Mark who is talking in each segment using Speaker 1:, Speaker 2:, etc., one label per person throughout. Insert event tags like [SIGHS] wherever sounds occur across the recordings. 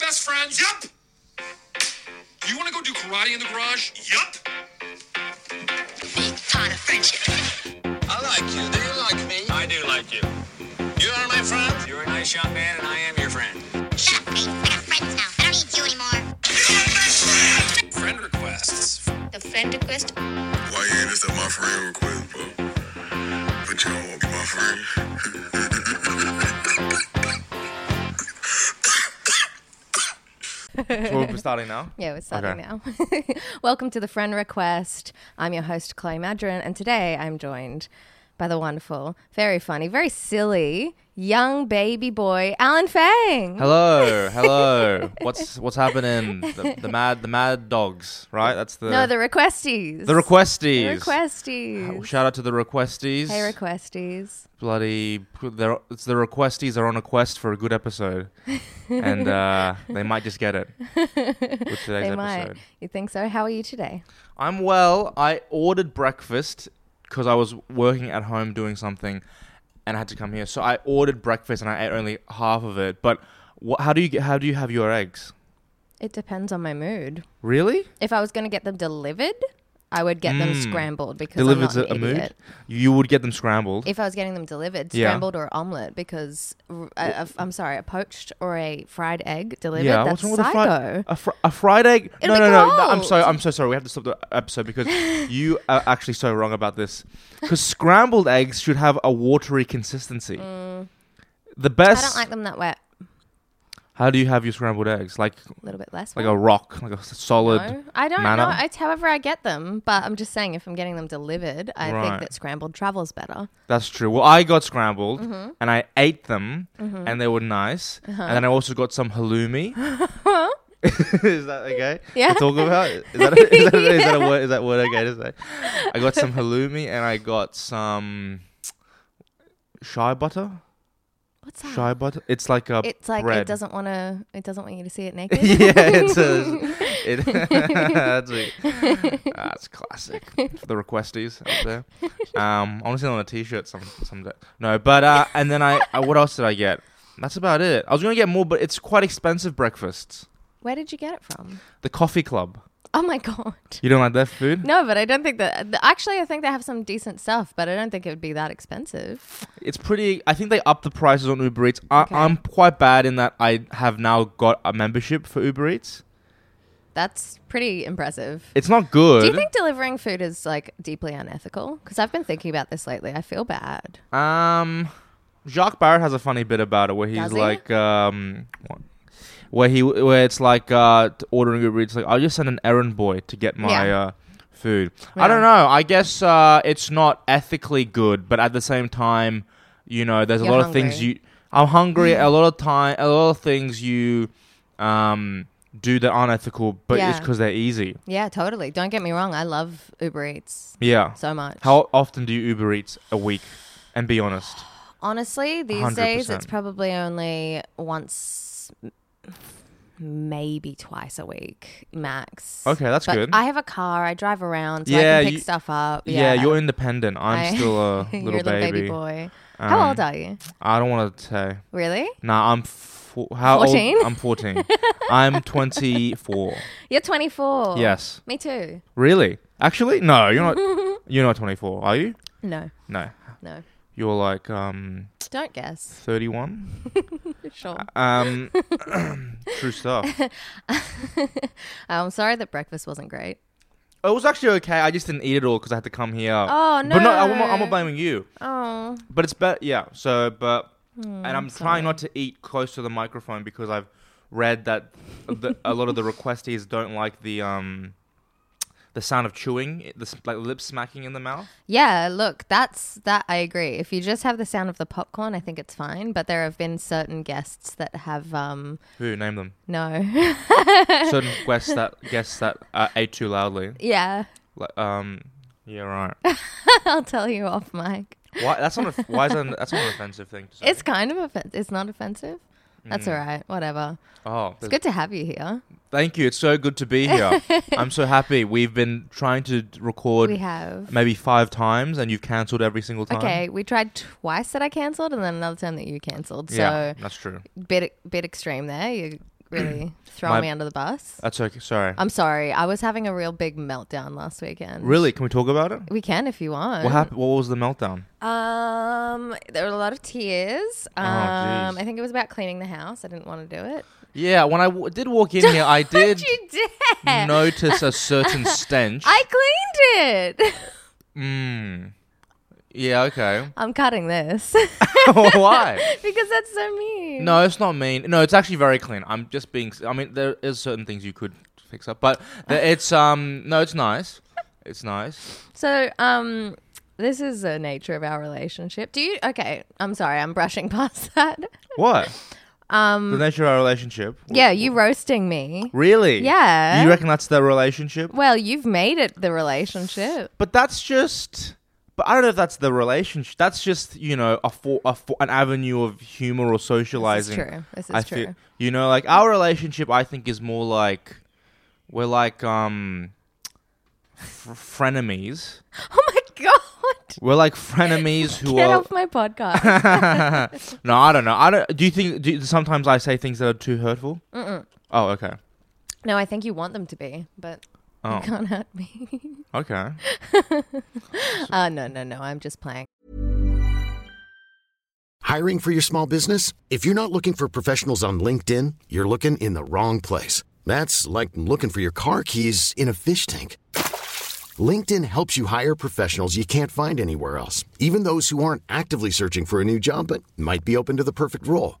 Speaker 1: best friends?
Speaker 2: Yup.
Speaker 1: You want to go do karate in the garage?
Speaker 2: Yup.
Speaker 3: Big fan of friendship.
Speaker 4: I like you. Do you like me? I do like you. You are my friend. You're a nice young man, and I am your friend.
Speaker 3: Shut up, Pete. I got friends now. I don't need you anymore.
Speaker 4: Friend requests.
Speaker 5: The friend request
Speaker 6: Why you ain't this at my friend request, bro? But you don't want to be my friend.
Speaker 7: So we're starting now.
Speaker 8: [LAUGHS] Yeah, we're starting
Speaker 7: Okay.
Speaker 8: now. [LAUGHS] Welcome to the Friend Request. I'm your host, Chloe Madron, and today I'm joined by the wonderful, very funny, very silly, young baby boy, Alan Fang. [LAUGHS]
Speaker 7: Hello, hello. what's what's happening? The, the mad the mad dogs, right? That's the
Speaker 8: No, the requesties.
Speaker 7: the requesties.
Speaker 8: requesties.
Speaker 7: Shout out to the requesties.
Speaker 8: Hey, requesties.
Speaker 7: Bloody, they're, it's the requesties are on a quest for a good episode,
Speaker 8: [LAUGHS]
Speaker 7: and uh, they might just get it with today's
Speaker 8: They
Speaker 7: episode.
Speaker 8: might. You think so? How are you today?
Speaker 7: I'm well. I ordered breakfast because I was working at home doing something, and I had to come here. So I ordered breakfast and I ate only half of it. But wha how do you get, how do you have your eggs?
Speaker 8: It depends on my mood.
Speaker 7: Really? Hmm.
Speaker 8: If I was going to get them delivered, I would get them scrambled because
Speaker 7: Delivered's
Speaker 8: I'm
Speaker 7: a,
Speaker 8: not
Speaker 7: a
Speaker 8: an idiot.
Speaker 7: mood. You would get them scrambled.
Speaker 8: if I was getting them delivered,
Speaker 7: Yeah.
Speaker 8: scrambled or omelet, because r- I, am sorry, a poached or a fried egg delivered.
Speaker 7: yeah,
Speaker 8: that's
Speaker 7: what's wrong with
Speaker 8: psycho.
Speaker 7: a, fri- a, fr- a fried egg?
Speaker 8: It'll
Speaker 7: no,
Speaker 8: be
Speaker 7: no, no, no. I'm
Speaker 8: cold.
Speaker 7: so I'm so sorry. We have to stop the
Speaker 8: [LAUGHS]
Speaker 7: episode because you are actually so wrong about this. Because scrambled eggs should have a watery consistency. The
Speaker 8: Mm. I
Speaker 7: best.
Speaker 8: don't like them that wet.
Speaker 7: how do you have your scrambled eggs? Like
Speaker 8: A little bit less.
Speaker 7: like
Speaker 8: wet.
Speaker 7: a rock, like a s- solid.
Speaker 8: Oh. No, I don't
Speaker 7: manner?
Speaker 8: know. It's however I get them, but I'm just saying if I'm getting them delivered, I
Speaker 7: Right.
Speaker 8: think that scrambled travels better.
Speaker 7: That's true. Well, I got scrambled
Speaker 8: Mm-hmm.
Speaker 7: and I ate them and they were nice.
Speaker 8: Uh-huh.
Speaker 7: And then I also got some
Speaker 8: [LAUGHS]
Speaker 7: halloumi. is that okay?
Speaker 8: Yeah.
Speaker 7: To talk about? Is that, is, that, is
Speaker 8: [LAUGHS]
Speaker 7: that a word? Is that word okay to say? I got some halloumi and I got some shy butter.
Speaker 8: What's that?
Speaker 7: Shy butter. It's like a.
Speaker 8: It's like
Speaker 7: bread.
Speaker 8: it doesn't want to. It doesn't want you to see [LAUGHS] it naked.
Speaker 7: [LAUGHS] yeah, it's
Speaker 8: [LAUGHS]
Speaker 7: a. It, that's, a that's classic for the requestees out there. Um, I want to see it on a t-shirt some someday. No, but uh, and then I, I what else did I get? That's about it. I was gonna get more, but it's quite expensive breakfasts.
Speaker 8: Where did you get it from?
Speaker 7: The coffee club.
Speaker 8: Oh my god.
Speaker 7: You don't like that food?
Speaker 8: No, but I don't think that. th- Actually, I think they have some decent stuff, but I don't think it would be that expensive.
Speaker 7: It's pretty. I think they up the prices on Uber Eats. I,
Speaker 8: Okay.
Speaker 7: I'm quite bad in that I have now got a membership for Uber Eats.
Speaker 8: That's pretty impressive.
Speaker 7: It's not good.
Speaker 8: Do you think delivering food is like deeply unethical? Because I've been thinking about this lately. I feel bad.
Speaker 7: Um, Jacques Barrett has a funny bit about it where he's
Speaker 8: Does he?
Speaker 7: like, um, where he where it's like uh, t- ordering Uber Eats, like I'll just send an errand boy to get my
Speaker 8: Yeah.
Speaker 7: uh, food. I don't know. I guess uh, it's not ethically good, but at the same time, you know, there's a
Speaker 8: You're
Speaker 7: lot of things
Speaker 8: hungry.
Speaker 7: you. I'm hungry.
Speaker 8: [CLEARS THROAT]
Speaker 7: a lot of time, a lot of things you, um, do that aren't ethical, but it's
Speaker 8: Yeah.
Speaker 7: because they're easy.
Speaker 8: Yeah, totally. Don't get me wrong. I love Uber Eats
Speaker 7: Yeah.
Speaker 8: so much.
Speaker 7: How often do you Uber Eats a week? And be honest.
Speaker 8: Honestly, these
Speaker 7: 100%.
Speaker 8: days it's probably only once, m- maybe twice a week max.
Speaker 7: Okay, that's
Speaker 8: But
Speaker 7: good.
Speaker 8: I have a car. I drive around, so
Speaker 7: Yeah,
Speaker 8: I can pick
Speaker 7: you-
Speaker 8: stuff up.
Speaker 7: Yeah,
Speaker 8: Yeah, [LAUGHS]
Speaker 7: you're independent. I'm
Speaker 8: I-
Speaker 7: still
Speaker 8: [LAUGHS]
Speaker 7: a
Speaker 8: You're
Speaker 7: little,
Speaker 8: a little
Speaker 7: baby.
Speaker 8: baby, boy. How old
Speaker 7: Um,
Speaker 8: are you?
Speaker 7: I don't want to say.
Speaker 8: Really?
Speaker 7: Nah, I'm four, how
Speaker 8: 14?
Speaker 7: old? I'm 14. I'm
Speaker 8: [LAUGHS]
Speaker 7: 24.
Speaker 8: You're 24.
Speaker 7: Yes.
Speaker 8: Me too.
Speaker 7: Really? Actually, no. You're
Speaker 8: [LAUGHS]
Speaker 7: not. you're not 24, are you?
Speaker 8: No,
Speaker 7: No.
Speaker 8: no.
Speaker 7: You're like um
Speaker 8: Don't
Speaker 7: [LAUGHS]
Speaker 8: guess.
Speaker 7: 31.
Speaker 8: Sure.
Speaker 7: Um, [COUGHS] true stuff.
Speaker 8: [LAUGHS] I'm Um, sorry that breakfast wasn't great.
Speaker 7: It was actually okay. I just didn't eat it all because I had to come here.
Speaker 8: Oh,
Speaker 7: But no, I'm, not- I'm
Speaker 8: no.
Speaker 7: not blaming you.
Speaker 8: Oh.
Speaker 7: But it's better, yeah. So, but
Speaker 8: Hmm,
Speaker 7: and I'm trying not to eat close to the microphone because I've read that the, a lot of the requestees don't like the um the sound of chewing, it- the s- like lip smacking in the mouth.
Speaker 8: Yeah, look, that's that I agree. If you just have the sound of the popcorn, I think it's fine, but there have been certain guests that have um
Speaker 7: Who name them?
Speaker 8: no. [LAUGHS]
Speaker 7: Certain guests that guests that uh, ate too loudly.
Speaker 8: yeah. [LAUGHS]
Speaker 7: Like, um, yeah, right.
Speaker 8: I'll tell you off mic.
Speaker 7: Why that's not a, why is that an, that's not an offensive thing to say?
Speaker 8: It's kind of offen- it's not offensive.
Speaker 7: Mm.
Speaker 8: That's all right. Whatever.
Speaker 7: oh,
Speaker 8: It's good to have you here.
Speaker 7: thank you. It's so good to be
Speaker 8: [LAUGHS]
Speaker 7: here. I'm so happy. We've been trying to record
Speaker 8: We have
Speaker 7: maybe five times, and you've cancelled every single time.
Speaker 8: Okay, we tried twice that I cancelled and then another time that you cancelled. So
Speaker 7: yeah, that's true. [CLEARS THROAT]
Speaker 8: bit bit extreme there. You really throwing
Speaker 7: My-
Speaker 8: me under the bus.
Speaker 7: That's okay. Sorry.
Speaker 8: I'm sorry. I was having a real big meltdown last weekend.
Speaker 7: really? Can we talk about it?
Speaker 8: We can if you want.
Speaker 7: What happened? What was the meltdown?
Speaker 8: Um, there were a lot of tears. Um,
Speaker 7: Oh, jeez.
Speaker 8: I think it was about cleaning the house. I didn't want to do
Speaker 7: [LAUGHS]
Speaker 8: it.
Speaker 7: Yeah, when I w- did
Speaker 8: [LAUGHS]
Speaker 7: walk in here, I
Speaker 8: But
Speaker 7: did
Speaker 8: you did.
Speaker 7: notice
Speaker 8: [LAUGHS]
Speaker 7: a certain stench.
Speaker 8: I cleaned it. [LAUGHS]
Speaker 7: Mm. Yeah. Okay.
Speaker 8: I'm cutting this [LAUGHS]
Speaker 7: [LAUGHS] Why?
Speaker 8: because that's so mean.
Speaker 7: No, it's not mean. No, it's actually very clean. I'm just being. s- I mean, there is certain things you could fix up, but
Speaker 8: [LAUGHS]
Speaker 7: the, it's um. No, it's nice. It's nice.
Speaker 8: So, um, this is the nature of our relationship. Do you? Okay, I'm sorry. I'm brushing [LAUGHS] past that.
Speaker 7: What? Um. The nature of our relationship.
Speaker 8: Yeah, you roasting me.
Speaker 7: Really?
Speaker 8: Yeah.
Speaker 7: You reckon that's the relationship?
Speaker 8: Well, you've made it the relationship.
Speaker 7: [LAUGHS] But that's just. But I don't know if that's the relationship. That's just you know a for, a for, an avenue of humor or socializing.
Speaker 8: true. This is
Speaker 7: I feel-
Speaker 8: true.
Speaker 7: you know, like our relationship, I think is more like we're like um fr- frenemies.
Speaker 8: Oh my god!
Speaker 7: We're
Speaker 8: [LAUGHS]
Speaker 7: like frenemies who
Speaker 8: Get
Speaker 7: are.
Speaker 8: off my
Speaker 7: [LAUGHS]
Speaker 8: podcast.
Speaker 7: no, I don't know. I don't. Do you think? Do you, sometimes I say things that are too hurtful? Mm-mm. Oh, okay.
Speaker 8: no, I think you want them to be, but
Speaker 7: Oh,
Speaker 8: you can't hurt me.
Speaker 7: okay.
Speaker 8: Uh, no, no, no. I'm just playing.
Speaker 2: Hiring for your small business? If you're not looking for professionals on LinkedIn, you're looking in the wrong place. That's like looking for your car keys in a fish tank. LinkedIn helps you hire professionals you can't find anywhere else, even those who aren't actively searching for a new job but might be open to the perfect role.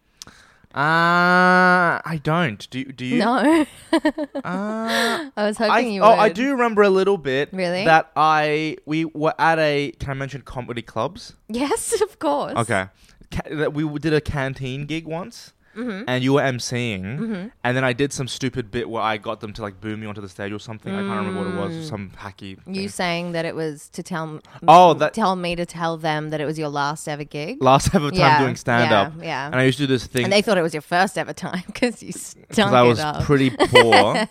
Speaker 7: Uh, I don't. Do you- do you?
Speaker 8: No.
Speaker 7: [LAUGHS] Uh,
Speaker 8: [LAUGHS] I was hoping
Speaker 7: I,
Speaker 8: you
Speaker 7: oh,
Speaker 8: would.
Speaker 7: I do remember a little bit.
Speaker 8: Really?
Speaker 7: That I we were at a can I mention comedy clubs?
Speaker 8: [LAUGHS] Yes, of course.
Speaker 7: Okay, Ca- that we did a canteen gig once,
Speaker 8: Mm-hmm.
Speaker 7: and you were emceeing, and then I did some stupid bit where I got them to like boo me onto the stage or something. I can't remember what it was. Some hacky.
Speaker 8: Mm. You
Speaker 7: thing.
Speaker 8: saying that it was to tell m-
Speaker 7: Oh, that-
Speaker 8: tell me to tell them that it was your last ever gig,
Speaker 7: last ever time
Speaker 8: Yeah,
Speaker 7: doing stand up.
Speaker 8: yeah, yeah.
Speaker 7: And I used to do this thing.
Speaker 8: and they thought it was your first ever time [LAUGHS] because you stunk
Speaker 7: because I
Speaker 8: it
Speaker 7: was
Speaker 8: up.
Speaker 7: pretty
Speaker 8: [LAUGHS]
Speaker 7: poor. no,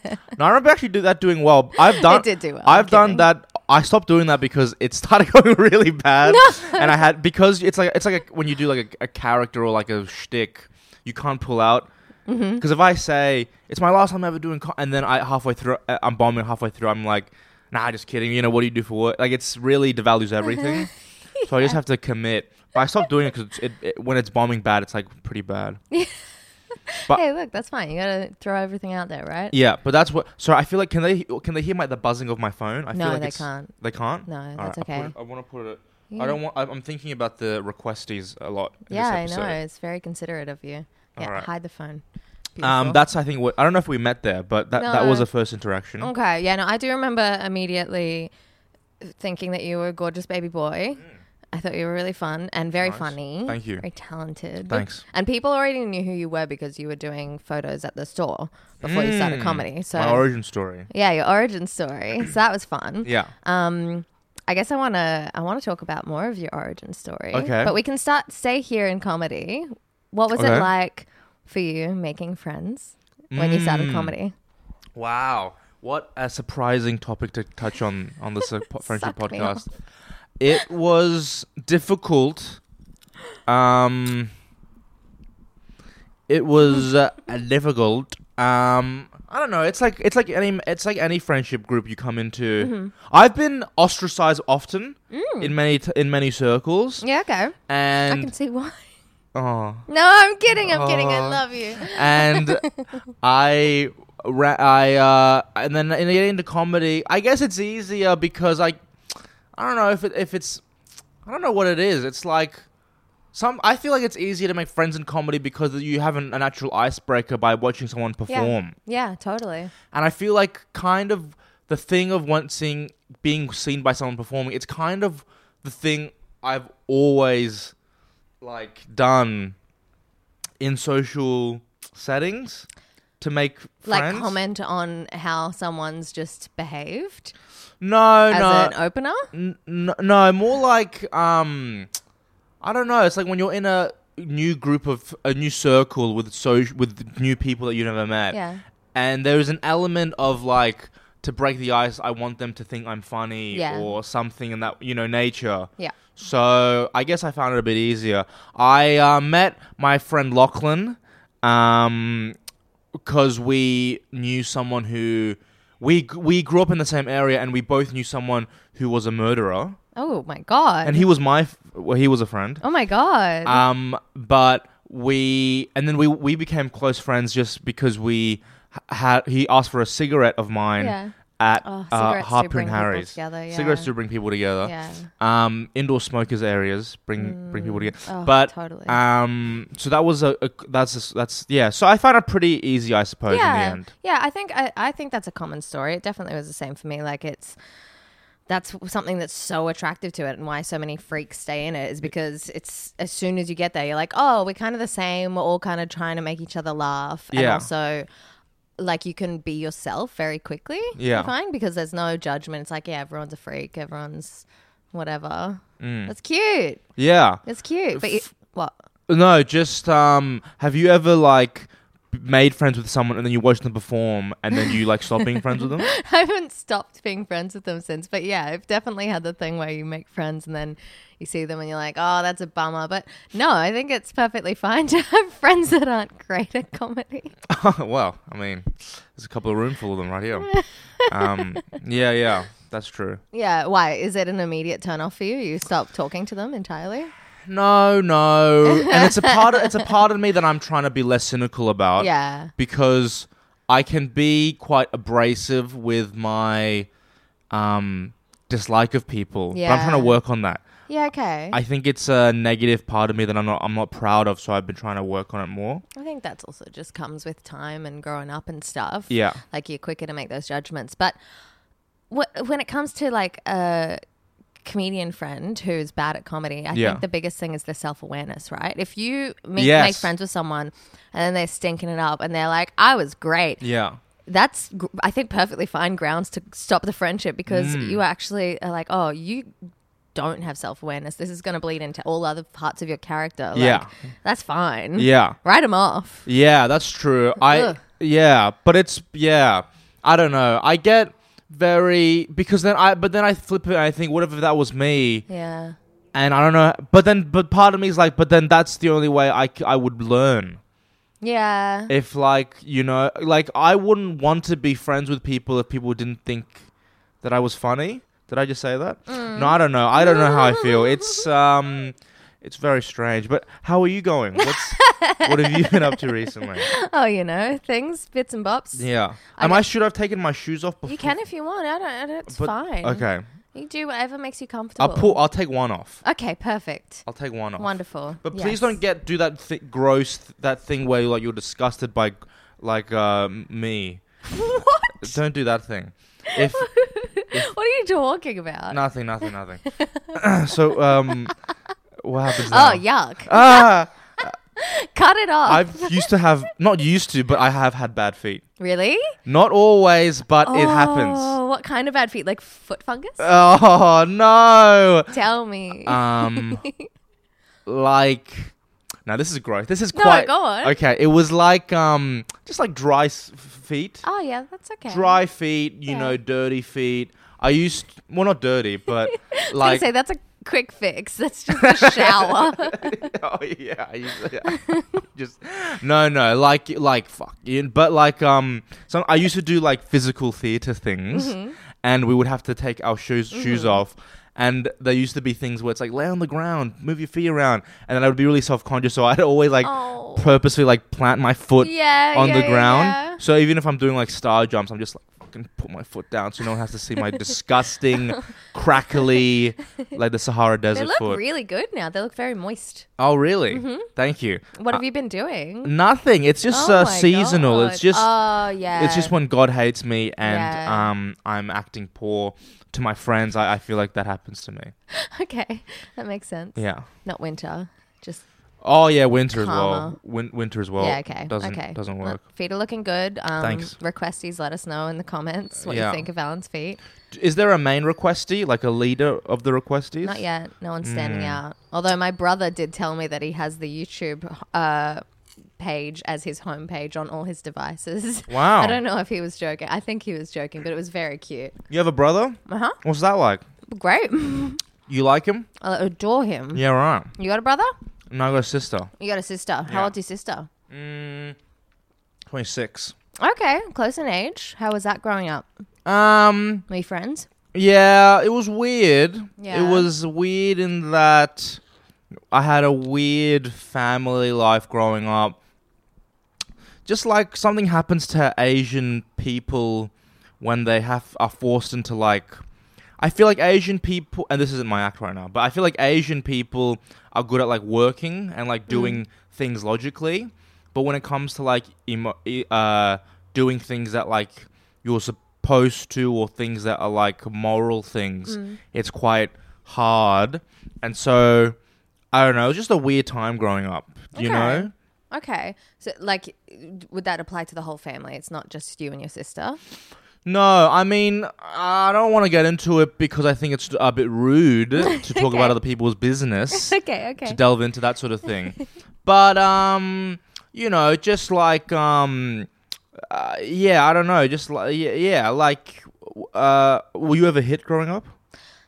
Speaker 7: I remember actually do that doing well. I've done.
Speaker 8: did do well,
Speaker 7: I've
Speaker 8: I'm
Speaker 7: done
Speaker 8: kidding.
Speaker 7: that. I stopped doing that because it started [LAUGHS] going really bad, and I had because it's like it's like a, when you do like a, a character or like a shtick, you can't pull out. Because
Speaker 8: Mm-hmm.
Speaker 7: if I say it's my last time ever doing, co-, and then I halfway through uh, I'm bombing halfway through, I'm like, nah, just kidding. You know what do you do for work? Like it's really
Speaker 8: [LAUGHS]
Speaker 7: devalues everything. So I just have to commit. But I stopped doing it because it, it, when it's bombing bad, it's like pretty bad.
Speaker 8: hey, look, that's fine. You gotta throw everything out there, right?
Speaker 7: Yeah, but that's what. So I feel like can they can they hear my the buzzing of my phone? I
Speaker 8: No,
Speaker 7: feel like
Speaker 8: they
Speaker 7: it's-
Speaker 8: can't.
Speaker 7: They can't.
Speaker 8: No,
Speaker 7: All
Speaker 8: that's
Speaker 7: I'll put
Speaker 8: okay.
Speaker 7: it- I want to put it. I don't want. I- I'm thinking about the requestees a lot. in
Speaker 8: Yeah, I
Speaker 7: this
Speaker 8: know.
Speaker 7: episode.
Speaker 8: It's very considerate of you. Yeah,
Speaker 7: Alright.
Speaker 8: hide the phone.
Speaker 7: Um,
Speaker 8: Beautiful.
Speaker 7: that's I think what I don't know if we met there, but that that was
Speaker 8: No. Oh,
Speaker 7: the first interaction.
Speaker 8: Okay, yeah, no, I do remember immediately thinking that you were a gorgeous baby boy. I thought you were really fun and very funny.
Speaker 7: Mm. Thank you.
Speaker 8: Very talented.
Speaker 7: Thanks.
Speaker 8: And people already knew who you were because you were doing photos at the store before you started comedy. So
Speaker 7: Mm. My
Speaker 8: [LAUGHS]
Speaker 7: origin story.
Speaker 8: yeah, your origin
Speaker 7: [COUGHS]
Speaker 8: story. so that was fun.
Speaker 7: Yeah.
Speaker 8: Um, I guess I wanna I wanna talk about more of your origin story.
Speaker 7: Okay.
Speaker 8: But we can start stay here in comedy. What was
Speaker 7: Okay.
Speaker 8: it like for you making friends when you
Speaker 7: Mm.
Speaker 8: started comedy?
Speaker 7: Wow. What a surprising topic to touch on on this uh, po-
Speaker 8: [LAUGHS]
Speaker 7: friendship
Speaker 8: Suck me
Speaker 7: podcast. It was difficult. Um It was uh, difficult. Um, I don't know. It's like it's like any it's like any friendship group you come into.
Speaker 8: Mhm.
Speaker 7: I've been ostracized often
Speaker 8: Mm.
Speaker 7: in many t- in many circles.
Speaker 8: Yeah, okay. I
Speaker 7: And
Speaker 8: can see why.
Speaker 7: oh,
Speaker 8: No, I'm kidding. I'm kidding. I
Speaker 7: Oh.
Speaker 8: love you.
Speaker 7: and I ra- I uh and then in getting into comedy, I guess it's easier because I I don't know if it, if it's I don't know what it is. It's like some I feel like it's easier to make friends in comedy because you have an, a natural icebreaker by watching someone
Speaker 8: Yeah.
Speaker 7: perform.
Speaker 8: Yeah, totally.
Speaker 7: And I feel like kind of the thing of once seeing being seen by someone performing, it's kind of the thing I've always like done in social settings to make friends.
Speaker 8: Like comment on how someone's just behaved.
Speaker 7: no,
Speaker 8: as
Speaker 7: no.
Speaker 8: an opener?
Speaker 7: N- n- no, more like um, I don't know. It's like when you're in a new group of a new circle with so with new people that you never met.
Speaker 8: Yeah.
Speaker 7: And there is an element of like to break the ice. I want them to think I'm funny
Speaker 8: Yeah.
Speaker 7: or something in that you know nature.
Speaker 8: Yeah.
Speaker 7: So I guess I found it a bit easier. I uh, met my friend Lachlan um, because we knew someone who we we grew up in the same area, and we both knew someone who was a murderer,
Speaker 8: Oh my god.
Speaker 7: and he was my f- well, he was a friend.
Speaker 8: Oh my god.
Speaker 7: Um, but we and then we we became close friends just because we h- had he asked for a cigarette of mine
Speaker 8: Yeah.
Speaker 7: at
Speaker 8: Oh,
Speaker 7: uh,
Speaker 8: cigarettes do
Speaker 7: Harper
Speaker 8: bring
Speaker 7: and
Speaker 8: people
Speaker 7: Harry's.
Speaker 8: together, yeah.
Speaker 7: Cigarettes do bring people together.
Speaker 8: Yeah.
Speaker 7: Um, indoor smokers areas bring bring people together.
Speaker 8: Oh,
Speaker 7: but
Speaker 8: totally.
Speaker 7: um, so that was a, a that's a s that's yeah. So I found it pretty easy, I suppose, in the
Speaker 8: yeah.
Speaker 7: end.
Speaker 8: Yeah, I think I, I think that's a common story. It definitely was the same for me. Like it's that's something that's so attractive to it and why so many freaks stay in it is because it's as soon as you get there you're like, "Oh, we're kind of the same. We're all kind of trying to make each other laugh." And
Speaker 7: Yeah.
Speaker 8: also like you can be yourself very quickly.
Speaker 7: Yeah.
Speaker 8: I find because there's no judgment. It's like, yeah, everyone's a freak. Everyone's whatever.
Speaker 7: Mm.
Speaker 8: That's cute.
Speaker 7: Yeah.
Speaker 8: It's cute. But you, what?
Speaker 7: No, just um, have you ever like b- made friends with someone and then you watch them perform and then you like stop being friends with them?
Speaker 8: [LAUGHS] I haven't stopped being friends with them since. But yeah, I've definitely had the thing where you make friends and then you see them and you're like, oh, that's a bummer. But no, I think it's perfectly fine to [LAUGHS] have friends that aren't great at comedy.
Speaker 7: [LAUGHS] well, I mean, there's a couple of roomful of them
Speaker 8: [LAUGHS]
Speaker 7: right here. Um, yeah, yeah, that's true.
Speaker 8: Yeah. Why? Is it an immediate turn off for you? You stop talking to them entirely?
Speaker 7: No, no, and it's a part. Of, it's a part of me that I'm trying to be less cynical about.
Speaker 8: Yeah.
Speaker 7: because I can be quite abrasive with my um, dislike of people. But I'm trying
Speaker 8: Yeah.
Speaker 7: to work on that.
Speaker 8: Yeah, okay.
Speaker 7: I think it's a negative part of me that I'm not. I'm not proud of. So I've been trying to work on it more.
Speaker 8: I think that's also just comes with time and growing up and stuff.
Speaker 7: Yeah.
Speaker 8: Like you're quicker to make those judgments. But wh- when it comes to like a comedian friend who's bad at comedy, I
Speaker 9: Yeah.
Speaker 8: think the biggest thing is their self awareness, right? If you meet, make
Speaker 9: Yes.
Speaker 8: friends with someone and then they're stinking it up and they're like, I was great.
Speaker 7: Yeah.
Speaker 8: That's, gr- I think, perfectly fine grounds to stop the friendship because
Speaker 9: Mm.
Speaker 8: you actually are like, oh, you don't have self awareness. This is going to bleed into all other parts of your character. Like,
Speaker 7: Yeah.
Speaker 8: That's fine.
Speaker 7: Yeah.
Speaker 8: Write them off.
Speaker 7: Yeah, that's true.
Speaker 8: Ugh.
Speaker 7: I yeah, but it's yeah. I don't know. I get very because then I but then I flip it. and I think what if that was me?
Speaker 8: Yeah.
Speaker 7: And I don't know. But then but part of me is like, but then that's the only way I c- I would learn.
Speaker 8: Yeah.
Speaker 7: If like you know, like I wouldn't want to be friends with people if people didn't think that I was funny. Did I just say that? No, I don't know. I don't know how I feel. It's um, it's very strange. But how are you going? What's what have you been up to recently?
Speaker 8: [LAUGHS] oh, you know, things, bits and bops.
Speaker 7: Yeah.
Speaker 8: I
Speaker 7: Am
Speaker 8: get-
Speaker 7: I should have taken my shoes off before?
Speaker 8: You can if you want. I don't. I don't it's
Speaker 7: But-
Speaker 8: fine.
Speaker 7: okay.
Speaker 8: You do whatever makes you comfortable.
Speaker 7: I'll pull. I'll take one off.
Speaker 8: Okay. Perfect.
Speaker 7: I'll take one off.
Speaker 8: Wonderful.
Speaker 7: But please
Speaker 8: Yes.
Speaker 7: don't get do that th- gross th- that thing where like you're disgusted by like uh, me.
Speaker 8: [LAUGHS] What?
Speaker 7: Don't do that thing.
Speaker 8: [LAUGHS]
Speaker 7: If
Speaker 8: what are you talking about?
Speaker 7: nothing, nothing,
Speaker 8: [LAUGHS]
Speaker 7: nothing. so um, what happens?
Speaker 8: Oh,
Speaker 7: now?
Speaker 8: yuck.
Speaker 7: Ah,
Speaker 8: Cut it off.
Speaker 7: I've used to have not used to, but I have had bad feet.
Speaker 8: Really?
Speaker 7: Not always, but it happens.
Speaker 8: Oh, what kind of bad feet? Like foot fungus?
Speaker 7: Oh no!
Speaker 8: Tell me.
Speaker 7: Um, like now this is gross. This is
Speaker 8: No,
Speaker 7: quite
Speaker 8: go on.
Speaker 7: okay. It was like um, just like dry s- feet,
Speaker 8: oh yeah, that's okay.
Speaker 7: dry feet. You
Speaker 8: Yeah.
Speaker 7: know, dirty feet. I used well, not dirty,
Speaker 8: [LAUGHS]
Speaker 7: but
Speaker 8: I was gonna
Speaker 7: like
Speaker 8: say that's a quick fix.
Speaker 7: [LAUGHS]
Speaker 8: That's just a shower.
Speaker 7: oh yeah, you- yeah. [LAUGHS] just no, no, like like fuck. you- But like um, some I used to do like physical theater things,
Speaker 8: Mm-hmm.
Speaker 9: Mhm.
Speaker 7: and we would have to take our shoes shoes
Speaker 9: Mhm.
Speaker 7: off. And there used to be things where it's like lay on the ground, move your feet around, and then I would be really self conscious. So I'd always like purposely like plant my foot
Speaker 8: Oh. Yeah,
Speaker 7: on the
Speaker 8: yeah,
Speaker 7: ground.
Speaker 8: yeah.
Speaker 7: So even if I'm doing like star jumps, I'm just like fucking put my foot down so no one has to see
Speaker 8: [LAUGHS]
Speaker 7: my disgusting, crackly, like the Sahara Desert
Speaker 8: they look
Speaker 7: foot.
Speaker 8: really good now. They look very moist.
Speaker 7: Oh, really?
Speaker 8: Mhm.
Speaker 7: Thank you.
Speaker 8: What have
Speaker 7: Uh,
Speaker 8: you been doing?
Speaker 7: Nothing. It's just
Speaker 8: Oh
Speaker 7: uh,
Speaker 8: my
Speaker 7: seasonal. It's
Speaker 8: God.
Speaker 7: just.
Speaker 8: Oh,
Speaker 7: It's just
Speaker 8: yeah.
Speaker 7: when God hates me and
Speaker 8: Yeah.
Speaker 7: um I'm acting poor to my friends. I, I feel like that happens to me.
Speaker 8: [LAUGHS] Okay, that makes sense.
Speaker 7: Yeah.
Speaker 8: Not winter. Just
Speaker 7: Oh yeah, winter as
Speaker 8: Karma.
Speaker 7: well. Win- winter as well.
Speaker 8: yeah. Okay.
Speaker 7: Doesn't
Speaker 8: okay.
Speaker 7: doesn't
Speaker 8: Well,
Speaker 7: work.
Speaker 8: feet are looking good. Um,
Speaker 7: Thanks.
Speaker 8: Requesties, let us know in the comments what
Speaker 7: Yeah.
Speaker 8: you think of Alan's feet.
Speaker 7: Is there a main requestee, like a leader of the requestees?
Speaker 8: Not yet. No one's standing
Speaker 7: Mm.
Speaker 8: out. Although my brother did tell me that he has the YouTube uh, page as his homepage on all his devices. [LAUGHS]
Speaker 7: Wow.
Speaker 8: I don't know if he was joking. I think he was joking, but it was very cute.
Speaker 7: You have a brother?
Speaker 8: Uh-huh.
Speaker 7: What's that like?
Speaker 8: Great. [LAUGHS]
Speaker 7: You like him?
Speaker 8: I adore him.
Speaker 7: Yeah, right.
Speaker 8: You got a brother?
Speaker 7: And I got a sister.
Speaker 8: You got a sister.
Speaker 7: Yeah.
Speaker 8: How old's your sister?
Speaker 7: Mm, 26.
Speaker 8: Okay, close in age. How was that growing up?
Speaker 7: Um,
Speaker 8: were you friends?
Speaker 7: Yeah, it was weird.
Speaker 8: Yeah.
Speaker 7: It was weird in that I had a weird family life growing up. Just like something happens to Asian people when they have are forced into like I feel like Asian people and this isn't my act right now, but I feel like Asian people are good at like working and like doing things logically, but when it comes to like emo- e- uh doing things that like you're supposed to or things that are like moral things,
Speaker 9: Mm.
Speaker 7: it's quite hard. And so I don't know, it was just a weird time growing up, you
Speaker 8: Okay.
Speaker 7: know?
Speaker 8: Okay, so like, would that apply to the whole family? It's not just you and your sister.
Speaker 7: No, I mean, I don't want to get into it because I think it's a bit
Speaker 8: [LAUGHS]
Speaker 7: rude to talk
Speaker 8: Okay.
Speaker 7: about other people's
Speaker 8: [LAUGHS] [LAUGHS]
Speaker 7: business.
Speaker 8: Okay, okay.
Speaker 7: To delve into that sort of thing. but um, you know, just like um uh, yeah, I don't know, just like yeah, yeah, like uh were you ever hit growing up?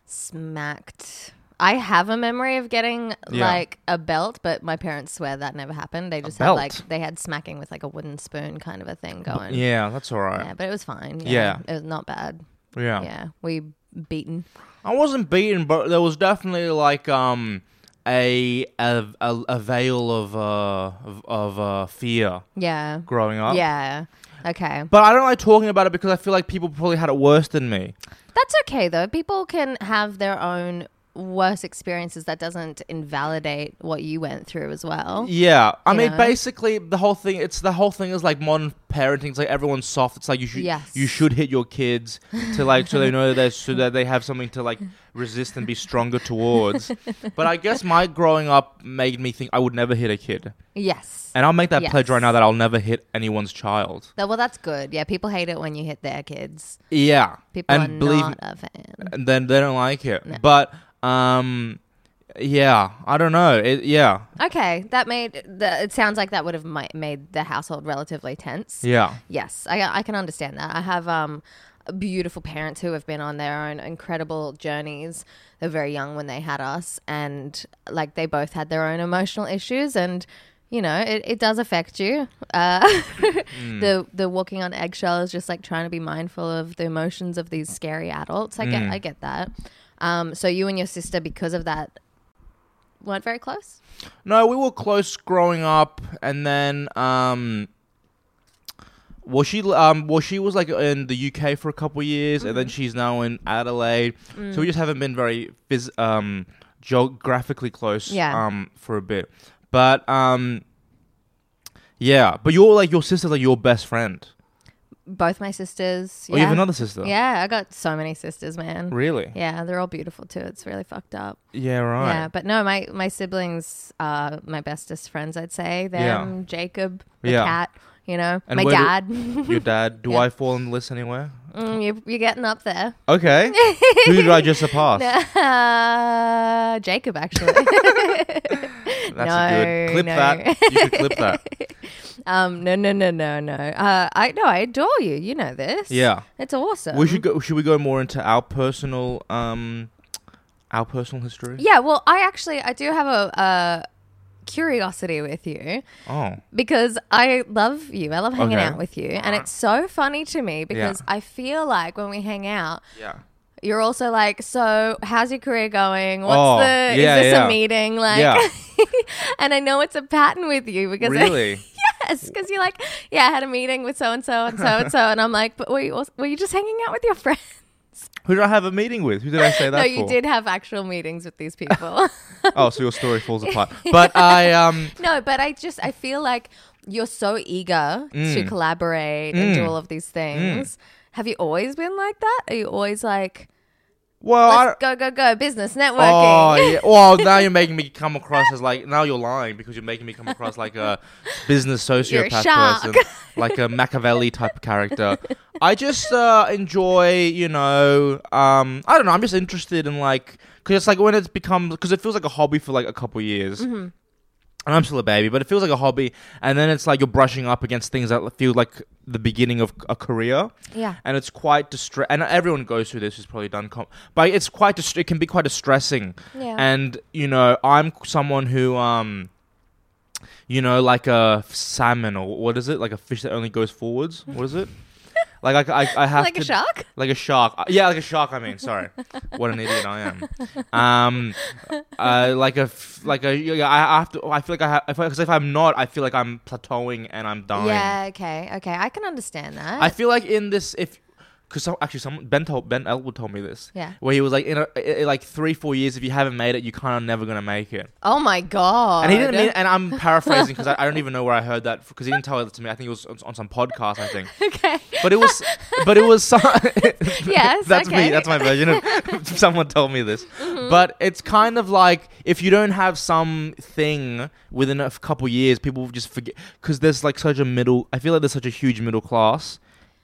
Speaker 8: Smacked. I have a memory of getting
Speaker 7: Yeah.
Speaker 8: like a belt, but my parents swear that never happened. They just had
Speaker 7: belt?
Speaker 8: like they had smacking with like a wooden spoon kind of a thing going.
Speaker 7: Yeah, that's all right.
Speaker 8: Yeah, but it was fine.
Speaker 7: Yeah.
Speaker 8: Yeah, it was not bad.
Speaker 7: Yeah.
Speaker 8: yeah, we beaten.
Speaker 7: I wasn't beaten, but there was definitely like um a a a, a veil of uh of, of uh fear.
Speaker 8: Yeah,
Speaker 7: Growing up.
Speaker 8: Yeah, okay.
Speaker 7: But I don't like talking about it because I feel like people probably had it worse than me.
Speaker 8: That's okay though. People can have their own worse experiences. That doesn't invalidate what you went through as well.
Speaker 7: Yeah, I
Speaker 8: You
Speaker 7: mean,
Speaker 8: know?
Speaker 7: basically, the whole thing—it's the whole thing is like modern parenting. It's like everyone's soft. It's like you should
Speaker 8: Yes.
Speaker 7: you should hit your kids to like so they know that so that they have something
Speaker 8: [LAUGHS]
Speaker 7: to like resist and be stronger towards. but I guess my growing up made me think I would never hit a kid.
Speaker 8: Yes.
Speaker 7: And I'll make that pledge right
Speaker 8: Yes.
Speaker 7: now that I'll never hit anyone's child.
Speaker 8: Th- Well, that's good. Yeah, people hate it when you hit their kids.
Speaker 7: Yeah,
Speaker 8: People
Speaker 7: and
Speaker 8: are
Speaker 7: believe uh,
Speaker 8: not a fan.
Speaker 7: and Then they don't like it. But um, yeah, I don't know. It, yeah,
Speaker 8: Okay, that made the. It sounds like that would have mi- made the household relatively tense.
Speaker 7: Yeah.
Speaker 8: Yes, I I can understand that. I have um beautiful parents who have been on their own incredible journeys. They're very young when they had us, and like they both had their own emotional issues and. You know, it, it does affect you. Uh, [LAUGHS]
Speaker 7: Hmm.
Speaker 8: The the walking on eggshells, just like trying to be mindful of the emotions of these scary adults. I get
Speaker 7: Mm.
Speaker 8: I get that. Um, so you and your sister, because of that, weren't very close.
Speaker 7: No, we were close growing up, and then um, well, she um, well, she was like in the UK for a couple years, and then
Speaker 8: Mm-hmm.
Speaker 7: she's now in Adelaide. So we
Speaker 9: Mm.
Speaker 7: just haven't been very phys- um geographically close.
Speaker 9: Yeah.
Speaker 7: Um, for a bit, but um, yeah, but you're like your sister's like your best friend.
Speaker 8: both my sisters.
Speaker 7: Oh, you have another sister?
Speaker 8: Yeah, I got so many sisters, man.
Speaker 7: Really?
Speaker 8: Yeah, they're all beautiful too. It's really fucked up.
Speaker 7: Yeah, right.
Speaker 8: Yeah, but no, my my siblings are my bestest friends. I'd say them, Jacob, the
Speaker 7: Yeah.
Speaker 8: cat. You know,
Speaker 7: And
Speaker 8: my
Speaker 7: where do-
Speaker 8: dad.
Speaker 7: your
Speaker 8: [LAUGHS]
Speaker 7: dad. Do
Speaker 8: Yeah.
Speaker 7: I fall in the list anywhere?
Speaker 8: Mm, you, you're getting up there. [LAUGHS]
Speaker 7: Okay. Who did I just surpass?
Speaker 8: Uh, Jacob, actually. [LAUGHS]
Speaker 7: That's a good clip
Speaker 8: No, no.
Speaker 7: that. You should clip that.
Speaker 8: [LAUGHS] um, no, no, no, no, no. Uh, I no, I adore you. You know this.
Speaker 7: Yeah.
Speaker 8: it's awesome.
Speaker 7: We should go should we go more into our personal um our personal history?
Speaker 8: Yeah, well, I actually I do have a, a curiosity with you
Speaker 7: Oh.
Speaker 8: because I love you. I love hanging
Speaker 7: Okay.
Speaker 8: out with you, and it's so funny to me because I feel like when we hang out,
Speaker 7: Yeah.
Speaker 8: you're also like, so how's your career going? What's
Speaker 7: Oh,
Speaker 8: the
Speaker 7: yeah,
Speaker 8: is this
Speaker 7: yeah.
Speaker 8: a meeting? Like, [LAUGHS]
Speaker 7: Yeah.
Speaker 8: and I know it's a pattern with you [LAUGHS] because I-
Speaker 7: Really?
Speaker 8: yes, because you're like, yeah, I had a meeting with so and so and so and so, and I'm like, but were you also, were you just hanging out with your friends? [LAUGHS]
Speaker 7: Who did I have a meeting with? Who did I say that
Speaker 8: no,
Speaker 7: for?
Speaker 8: you did have actual meetings with these
Speaker 7: [LAUGHS]
Speaker 8: people. [LAUGHS]
Speaker 7: Oh, so your story falls apart. But I um
Speaker 8: no, but I just I feel like you're so eager to
Speaker 7: Mm.
Speaker 8: collaborate and do
Speaker 7: Mm.
Speaker 8: all of these things. Have you always been like that? Are you always like,
Speaker 7: well, Oh, I
Speaker 8: let's go go go business networking?
Speaker 7: Oh yeah. Well, now you're making me come across as like now you're lying because you're making me come across like a
Speaker 8: [LAUGHS]
Speaker 7: business
Speaker 8: You're a
Speaker 7: sociopath
Speaker 8: shark.
Speaker 7: person, like a Machiavelli type character. I just uh, enjoy, you know, um, I don't know. I'm just interested in like because it's like when it's become because it feels like a hobby for like a couple years.
Speaker 8: Mhm.
Speaker 7: And I'm still a baby, but it feels like a hobby. And then it's like you're brushing up against things that feel like the beginning of a career.
Speaker 8: [LAUGHS] Yeah.
Speaker 7: And it's quite distress. And everyone goes through this. Who's probably done com, but it's quite. Dist- it can be quite distressing.
Speaker 8: Yeah.
Speaker 7: And you know, I'm someone who um. You know, like a salmon or what is it? Like a fish that only goes forwards.
Speaker 8: [LAUGHS]
Speaker 7: What is it? Like I, I, I have
Speaker 8: Like a
Speaker 7: to-
Speaker 8: shark?
Speaker 7: Like a shark. Uh, Yeah, like a shark. I
Speaker 8: [LAUGHS]
Speaker 7: mean, sorry. what an idiot I am. Um, uh, like a, f- like a. yeah, I have to. I feel like I have. Because if I'm not, I feel like I'm plateauing and I'm dying.
Speaker 8: Yeah, okay, okay. I can understand that.
Speaker 7: I feel like in this, if because some, actually some Ben told Ben Elwood told me this.
Speaker 8: Yeah.
Speaker 7: Where he was like, in a, i- i- like three four years, if you haven't made it, you kind of never gonna make it.
Speaker 8: oh my god. [LAUGHS]
Speaker 7: And he didn't mean. And I'm paraphrasing because I, I don't even know where I heard that because he didn't tell it to me. I think it was on, on some podcast. I think. [LAUGHS]
Speaker 8: okay.
Speaker 7: But it was, but it was. Some, [LAUGHS]
Speaker 8: Yes,
Speaker 7: that's
Speaker 8: okay. Mm-hmm.
Speaker 7: me. That's my version
Speaker 8: [LAUGHS]
Speaker 7: of. [LAUGHS] someone told me this, but it's kind of like if you don't have something within a f- couple years, people will just forget because there's like such a middle. I feel like there's such a huge middle class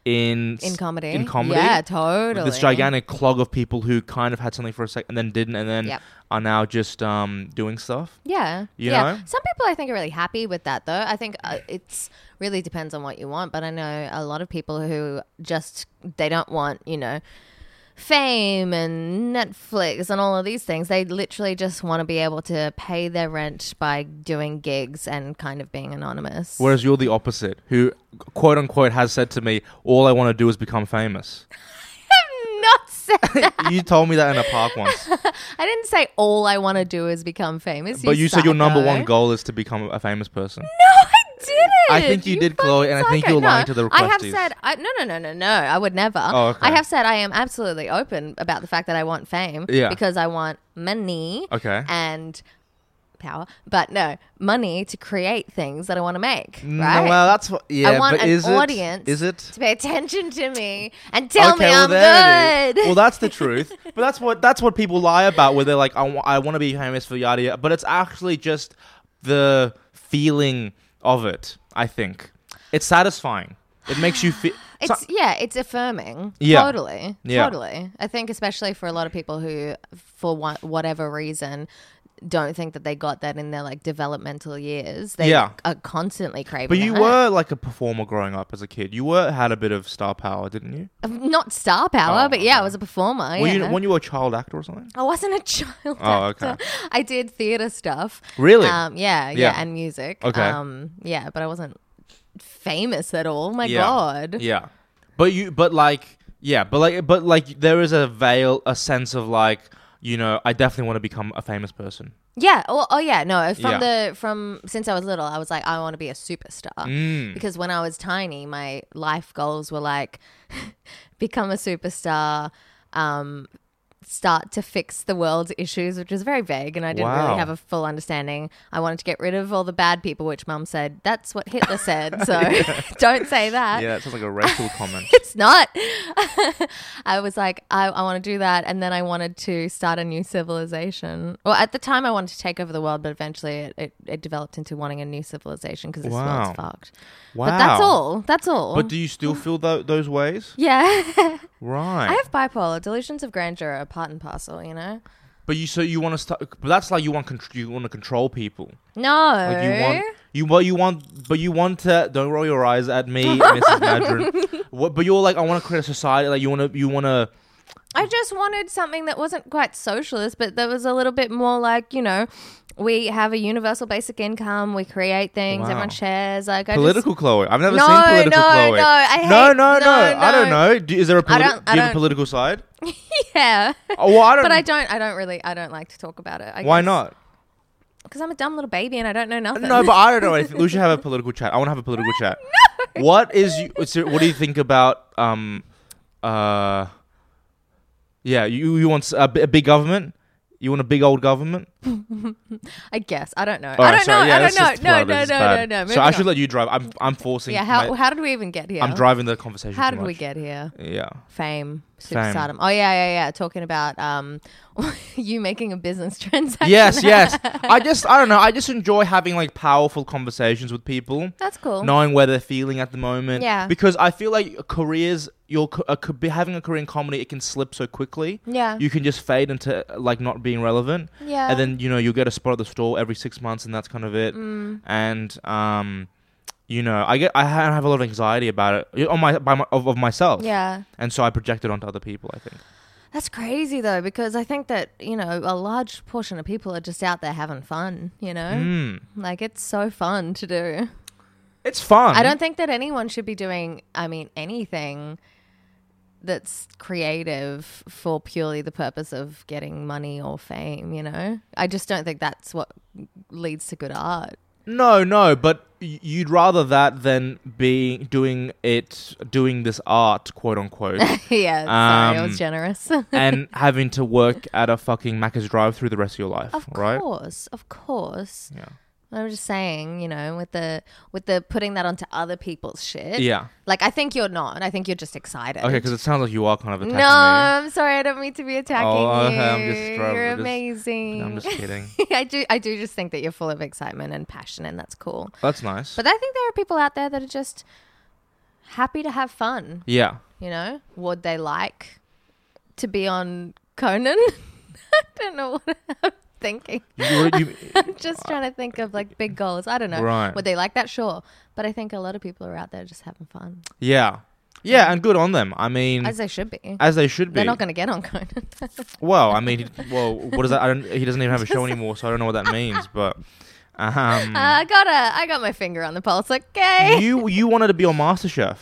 Speaker 7: in
Speaker 8: In
Speaker 7: s-
Speaker 8: comedy.
Speaker 7: In comedy,
Speaker 8: Yeah,
Speaker 7: With
Speaker 8: totally.
Speaker 7: This gigantic clog of people who kind of had something for a second and then didn't, and then
Speaker 8: Yep.
Speaker 7: are now just um doing stuff.
Speaker 8: Yeah.
Speaker 7: You
Speaker 8: yeah.
Speaker 7: know?
Speaker 8: Some people I think are really happy with that though. I think uh, it's really depends on what you want, but I know a lot of people who just they don't want, you know, fame and Netflix and all of these things. They literally just want to be able to pay their rent by doing gigs and kind of being anonymous.
Speaker 7: Whereas you're the opposite, who quote unquote has said to me, "All I want to do is
Speaker 8: [LAUGHS]
Speaker 7: become famous."
Speaker 8: [LAUGHS] Not said that.
Speaker 7: you told me that in a park once.
Speaker 8: I didn't say all I want to do is become famous.
Speaker 7: But you said your number one
Speaker 8: psycho.
Speaker 7: goal is to become a famous person.
Speaker 8: didn't.
Speaker 7: I think you did, Chloe,
Speaker 8: fucking
Speaker 7: and I think
Speaker 8: psycho.
Speaker 7: you're lying to the
Speaker 8: I have
Speaker 7: requesties.
Speaker 8: said, I, no, no, no, no, no. I would never.
Speaker 7: Oh, okay.
Speaker 8: I have said I am absolutely open about the fact that I want fame.
Speaker 7: Yeah.
Speaker 8: Because I want money.
Speaker 7: Okay.
Speaker 8: And power, but no money to create things that I want to make.
Speaker 7: No,
Speaker 8: right?
Speaker 7: Mm, well, that's what- yeah,
Speaker 8: I want
Speaker 7: but
Speaker 8: an
Speaker 7: is it?
Speaker 8: audience.
Speaker 7: Is it?
Speaker 8: to pay attention to me and tell me I'm
Speaker 7: there it
Speaker 8: good?
Speaker 7: is. Well, that's
Speaker 8: [LAUGHS]
Speaker 7: the truth. But that's what that's what people lie about, where they're like, I want to be famous for yada yada. But it's actually just the feeling of it. I think it's satisfying. It makes you feel.
Speaker 8: [GASPS] It's yeah, it's affirming.
Speaker 7: Yeah.
Speaker 8: Totally.
Speaker 7: Yeah.
Speaker 8: Totally. I think especially for a lot of people who for wha- whatever reason don't think that they got that in their like developmental years. They
Speaker 7: Yeah.
Speaker 8: are constantly craving
Speaker 7: but you
Speaker 8: that.
Speaker 7: were like a performer growing up as a kid. You were had a bit of star power, didn't you?
Speaker 8: not star power, but yeah, I was a performer.
Speaker 7: Oh, were
Speaker 8: Oh, yeah.
Speaker 7: you when you were a child actor or something?
Speaker 8: I wasn't a [LAUGHS] child.
Speaker 7: Oh,
Speaker 8: actor.
Speaker 7: okay.
Speaker 8: I did theater stuff.
Speaker 7: Really?
Speaker 8: Um, yeah, yeah,
Speaker 7: Yeah.
Speaker 8: and music.
Speaker 7: Okay.
Speaker 8: Um, yeah, but I wasn't famous at all. My
Speaker 7: yeah.
Speaker 8: God.
Speaker 7: Yeah. But you but like yeah, but like but like there is a veil a sense of like, you know, I definitely want to become a famous person.
Speaker 8: Yeah. Oh, oh yeah. No, from
Speaker 7: Yeah.
Speaker 8: the from since I was little, I was like, I want to be a superstar
Speaker 7: Mm.
Speaker 8: because when I was tiny, my life goals were like [LAUGHS] become a superstar, um, start to fix the world's issues, which was very vague, and I didn't
Speaker 9: Wow.
Speaker 8: really have a full understanding. I wanted to get rid of all the bad people, which Mum said that's what Hitler said,
Speaker 7: [LAUGHS]
Speaker 8: so [LAUGHS] don't say that.
Speaker 7: yeah, that sounds like
Speaker 8: [LAUGHS]
Speaker 7: a racial comment.
Speaker 8: It's not. I was like, I, I want to do that. And then I wanted to start a new civilization. Well, at the time, I wanted to take over the world, but eventually it, it, it developed into wanting a new civilization because this
Speaker 7: Wow.
Speaker 8: world's fucked. But that's
Speaker 7: Wow.
Speaker 8: all. That's all.
Speaker 7: But do you still feel tho- those ways?
Speaker 8: yeah. [LAUGHS]
Speaker 7: Right.
Speaker 8: I have bipolar. Delusions of grandeur are part and parcel, you know?
Speaker 7: but you so you want to start but that's like you want contr you want to control people.
Speaker 8: No.
Speaker 7: Like you want you well you want but you want to don't roll your
Speaker 8: [LAUGHS]
Speaker 7: eyes at me, Mrs. Madron. what, but you're like I want to create a society like you want to you want to
Speaker 8: I just wanted something that wasn't quite socialist, but that was a little bit more like, you know, we have a universal basic income, we create things,
Speaker 7: Wow.
Speaker 8: everyone shares. Like I just-
Speaker 7: Political Chloe. I've never
Speaker 8: No,
Speaker 7: seen political
Speaker 8: no,
Speaker 7: Chloe.
Speaker 8: no, I
Speaker 7: no,
Speaker 8: hate-
Speaker 7: no, no,
Speaker 8: no,
Speaker 7: I don't
Speaker 8: no.
Speaker 7: know. Do, is there a
Speaker 8: I
Speaker 7: politi-
Speaker 8: don't- I
Speaker 7: do you have a
Speaker 8: don't- [LAUGHS]
Speaker 7: political side?
Speaker 8: [LAUGHS] yeah.
Speaker 7: Oh, well, I don't-
Speaker 8: But I don't. I don't really. I don't like to talk about it. I
Speaker 7: Why not?
Speaker 8: Because I'm a dumb little baby and I don't know nothing.
Speaker 7: No, but I don't
Speaker 8: [LAUGHS]
Speaker 7: know anything. We should have a political chat. I want to have a political chat. What is you, so what do you think about um uh yeah, you you want s- a, bi- a big government? You want a big old government?
Speaker 8: I guess. I don't know. I
Speaker 7: All right,
Speaker 8: don't
Speaker 7: sorry,
Speaker 8: know.
Speaker 7: yeah,
Speaker 8: I
Speaker 7: that's
Speaker 8: don't know.
Speaker 7: just
Speaker 8: No,
Speaker 7: bad.
Speaker 8: no,
Speaker 7: This is
Speaker 8: no, no,
Speaker 7: bad.
Speaker 8: no.
Speaker 7: So I
Speaker 8: Moving
Speaker 7: should
Speaker 8: on.
Speaker 7: let you drive. I'm I'm forcing.
Speaker 8: Yeah. How,
Speaker 7: my-
Speaker 8: how did we even get here?
Speaker 7: I'm driving the conversation.
Speaker 8: How
Speaker 7: too
Speaker 8: did we
Speaker 7: much.
Speaker 8: get here?
Speaker 7: Yeah.
Speaker 8: Fame,
Speaker 7: Fame.
Speaker 8: superstardom. Oh yeah, yeah, yeah. Talking about um, [LAUGHS] you making a business [LAUGHS] transaction.
Speaker 7: Yes, yes. I just I don't know. I just enjoy having like powerful conversations with people.
Speaker 8: That's cool.
Speaker 7: Knowing where they're feeling at the moment.
Speaker 8: Yeah.
Speaker 7: Because I feel like careers, your c- a, c- be- having a career in comedy, it can slip so quickly.
Speaker 8: Yeah.
Speaker 7: You can just fade into like not being relevant.
Speaker 8: Yeah.
Speaker 7: And then you know you'll get a spot at the store every six months, and that's kind of it.
Speaker 8: Mm.
Speaker 7: And um. You know, I get I ha- have a lot of anxiety about it on my by my, of, of myself.
Speaker 8: [LAUGHS] Yeah.
Speaker 7: and so I project it onto other people. I think.
Speaker 8: That's crazy though, because I think that you know a large portion of people are just out there having fun. You know,
Speaker 7: Mm.
Speaker 8: like it's so fun to do.
Speaker 7: It's fun.
Speaker 8: I don't think that anyone should be doing, I mean, anything that's creative for purely the purpose of getting money or fame, you know? I just don't think that's what leads to good art. [LAUGHS]
Speaker 7: No, no, but y- you'd rather that than be doing it, doing this art,
Speaker 8: [LAUGHS]
Speaker 7: quote unqute.
Speaker 8: yeah, sorry, I
Speaker 7: Um,
Speaker 8: was generous.
Speaker 7: and having to work at a fucking Macca's drive through the rest of your
Speaker 8: [LAUGHS]
Speaker 7: life,
Speaker 8: of
Speaker 7: right?
Speaker 8: course, of course.
Speaker 7: Yeah.
Speaker 8: I'm just saying, you know, with the with the putting that onto other people's shit.
Speaker 7: Yeah.
Speaker 8: Like I think you're not. I think you're just excited.
Speaker 7: Okay, because it sounds like you are kind of
Speaker 8: No,
Speaker 7: attacking
Speaker 8: I'm sorry. I don't mean to be attacking
Speaker 7: Oh, [LAUGHS]
Speaker 8: you.
Speaker 7: okay, I'm just trying-
Speaker 8: you're
Speaker 7: just-
Speaker 8: amazing.
Speaker 7: I'm
Speaker 8: [LAUGHS]
Speaker 7: just kidding.
Speaker 8: I do. I do just think that you're full of excitement and passion, and that's cool.
Speaker 7: me. That's nice.
Speaker 8: But I think there are people out there that are just happy to have fun.
Speaker 7: yeah.
Speaker 8: You know, would they like to be on Conan? [LAUGHS] I don't know what I'm thinking. [LAUGHS]
Speaker 7: You- you-
Speaker 8: I'm just trying to think of like big goals. I don't know.
Speaker 7: Right.
Speaker 8: Would they like that? Sure. But I think a lot of people are out there just having fun,
Speaker 7: Yeah. Yeah, and good on them. I mean,
Speaker 8: as they should be.
Speaker 7: Mm. As they should be.
Speaker 8: They're not going to get on Conan.
Speaker 7: Well, I mean, he- well, what is that? I don't, he doesn't even have
Speaker 8: [LAUGHS]
Speaker 7: a show anymore, so I don't know what that means. But um,
Speaker 8: [LAUGHS] I got a, I got my finger on the pulse. Okay. [LAUGHS]
Speaker 7: you you wanted to be on MasterChef.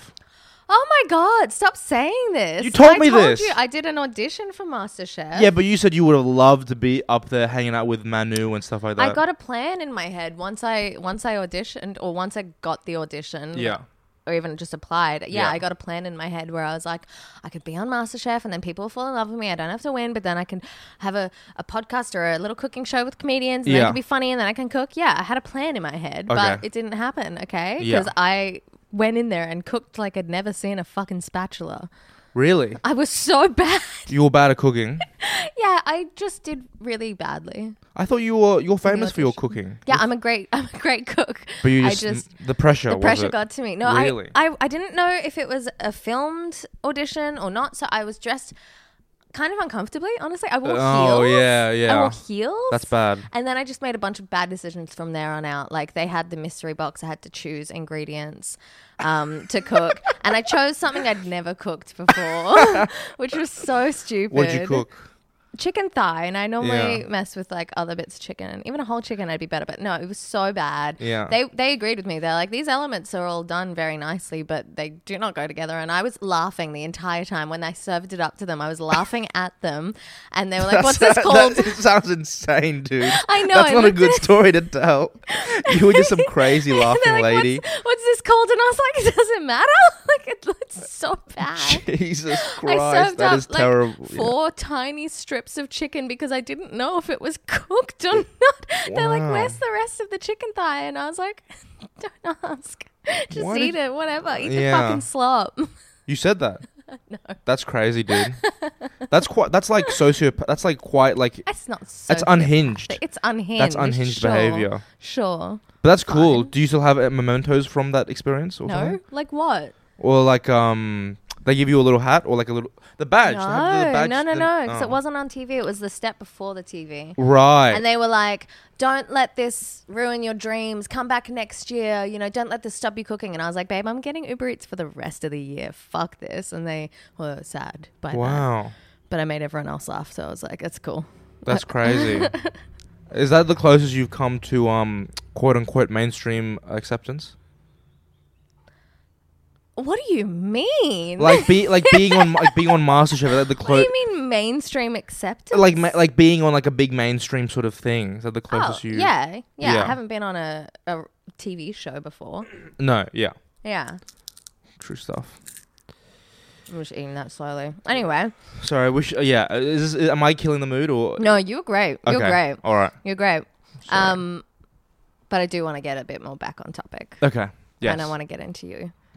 Speaker 8: oh my god! Stop saying this.
Speaker 7: You told
Speaker 8: I
Speaker 7: me
Speaker 8: told
Speaker 7: this.
Speaker 8: You, I did an audition for MasterChef.
Speaker 7: Yeah, but you said you would have loved to be up there hanging out with Manu and stuff like that.
Speaker 8: I got a plan in my head once I once I auditioned or once I got the audition.
Speaker 7: Yeah.
Speaker 8: Or even just applied. Yeah,
Speaker 7: Yeah.
Speaker 8: I got a plan in my head where I was like, I could be on MasterChef and then people will fall in love with me. I don't have to win, but then I can have a, a podcast or a little cooking show with comedians and yeah.
Speaker 7: Yeah.
Speaker 8: can be funny and then I can cook. Yeah, I had a plan in my head, but
Speaker 7: Okay.
Speaker 8: it didn't happen, okay?
Speaker 7: Yeah.
Speaker 8: Because I went in there and cooked like I'd never seen a fucking spatula.
Speaker 7: Really?
Speaker 8: I was so [LAUGHS] bad.
Speaker 7: You were bad at cooking.
Speaker 8: yeah, I just did really badly.
Speaker 7: I thought you were you're famous for your cooking.
Speaker 8: Yeah, I'm a great [LAUGHS] I'm a great cook.
Speaker 7: But you
Speaker 8: I
Speaker 7: just, the pressure.
Speaker 8: the
Speaker 7: was
Speaker 8: pressure
Speaker 7: it?
Speaker 8: got to me. No,
Speaker 7: really.
Speaker 8: I, I I didn't know if it was a filmed audition or not, so I was dressed kind of uncomfortably. Honestly, I wore
Speaker 7: oh
Speaker 8: heels.
Speaker 7: yeah, yeah.
Speaker 8: I wore heels.
Speaker 7: That's bad.
Speaker 8: And then I just made a bunch of bad decisions from there on out. Like they had the mystery box. I had to choose ingredients um, to
Speaker 7: [LAUGHS]
Speaker 8: cook, and I chose something I'd never cooked before, [LAUGHS] which was so stupid.
Speaker 7: What did you cook?
Speaker 8: Chicken thigh, and I normally
Speaker 7: Yeah.
Speaker 8: mess with like other bits of chicken, and even a whole chicken I'd be better. But no, it was so bad.
Speaker 7: Yeah.
Speaker 8: they they agreed with me. They're like, these elements are all done very nicely, but they do not go together. And I was laughing the entire time when I served it up to them. I was
Speaker 7: [LAUGHS]
Speaker 8: laughing at them, and they were like, "What's this
Speaker 7: That-
Speaker 8: called?"
Speaker 7: That [LAUGHS] sounds insane, dude.
Speaker 8: [LAUGHS] I know,
Speaker 7: That's
Speaker 8: I
Speaker 7: not a
Speaker 8: looked
Speaker 7: good
Speaker 8: at-
Speaker 7: story
Speaker 8: [LAUGHS]
Speaker 7: to tell. You were just some crazy laughing
Speaker 8: They're like,
Speaker 7: lady.
Speaker 8: What's, what's this called? And I was like, it doesn't matter. [LAUGHS] Like it looks so bad.
Speaker 7: [LAUGHS] Jesus
Speaker 8: [LAUGHS] I
Speaker 7: Christ,
Speaker 8: served
Speaker 7: that
Speaker 8: up
Speaker 7: is
Speaker 8: like
Speaker 7: terrible. Yeah.
Speaker 8: four tiny strips of chicken because I didn't know if it was [LAUGHS] cooked
Speaker 7: [LAUGHS]
Speaker 8: or not. They're like,
Speaker 7: Wow.
Speaker 8: "Where's the rest of the chicken thigh?" And I was like, [LAUGHS] "Don't ask. Just
Speaker 7: Why
Speaker 8: eat
Speaker 7: did-
Speaker 8: it. Whatever. Eat
Speaker 7: Yeah.
Speaker 8: the fucking slop." [LAUGHS]
Speaker 7: You said that. no. That's crazy, dude. that's quite. That's like sociopath. That's like
Speaker 8: [LAUGHS]
Speaker 7: quite like.
Speaker 8: That's not. So
Speaker 7: That's unhinged.
Speaker 8: It's unhinged.
Speaker 7: That's unhinged
Speaker 8: sure.
Speaker 7: behavior.
Speaker 8: Sure.
Speaker 7: But that's cool. Do you still have uh, mementos from that experience or
Speaker 8: No.
Speaker 7: something?
Speaker 8: Like what?
Speaker 7: Or like um, they give you a little hat or like a little the badge. They have the
Speaker 8: No,
Speaker 7: badge
Speaker 8: no, no,
Speaker 7: thing-
Speaker 8: no. Because
Speaker 7: oh.
Speaker 8: it wasn't on TV. It was the step before the TV.
Speaker 7: Right.
Speaker 8: And they were like, "Don't let this ruin your dreams. Come back next year. You know, don't let this stop you cooking." And I was like, "Babe, I'm getting Uber Eats for the rest of the year. Fuck this." And they were sad by that.
Speaker 7: Wow.
Speaker 8: but I made everyone else laugh, so I was like, "It's cool." [LAUGHS]
Speaker 7: That's crazy. Is that the closest you've come to um quote unquote mainstream acceptance?
Speaker 8: What do you mean?
Speaker 7: Like be like being on like being on MasterChef like
Speaker 8: [LAUGHS]
Speaker 7: the
Speaker 8: what do
Speaker 7: clo-
Speaker 8: you mean mainstream acceptance? Oh,
Speaker 7: like ma- like being on like a big mainstream sort of thing. Is that the closest you?
Speaker 8: yeah, yeah, I haven't been on a, a TV show before.
Speaker 7: No, yeah.
Speaker 8: Yeah,
Speaker 7: True stuff.
Speaker 8: I'm just eating that slowly. Anyway,
Speaker 7: Sorry, I wish. Uh, yeah, uh, is this, am I killing the mood or?
Speaker 8: no, you're great. You're
Speaker 7: Okay,
Speaker 8: great.
Speaker 7: all right.
Speaker 8: You're great. Um, but I do want to get a bit more back on topic.
Speaker 7: Okay. Yes.
Speaker 8: And I want to get into you. [LAUGHS]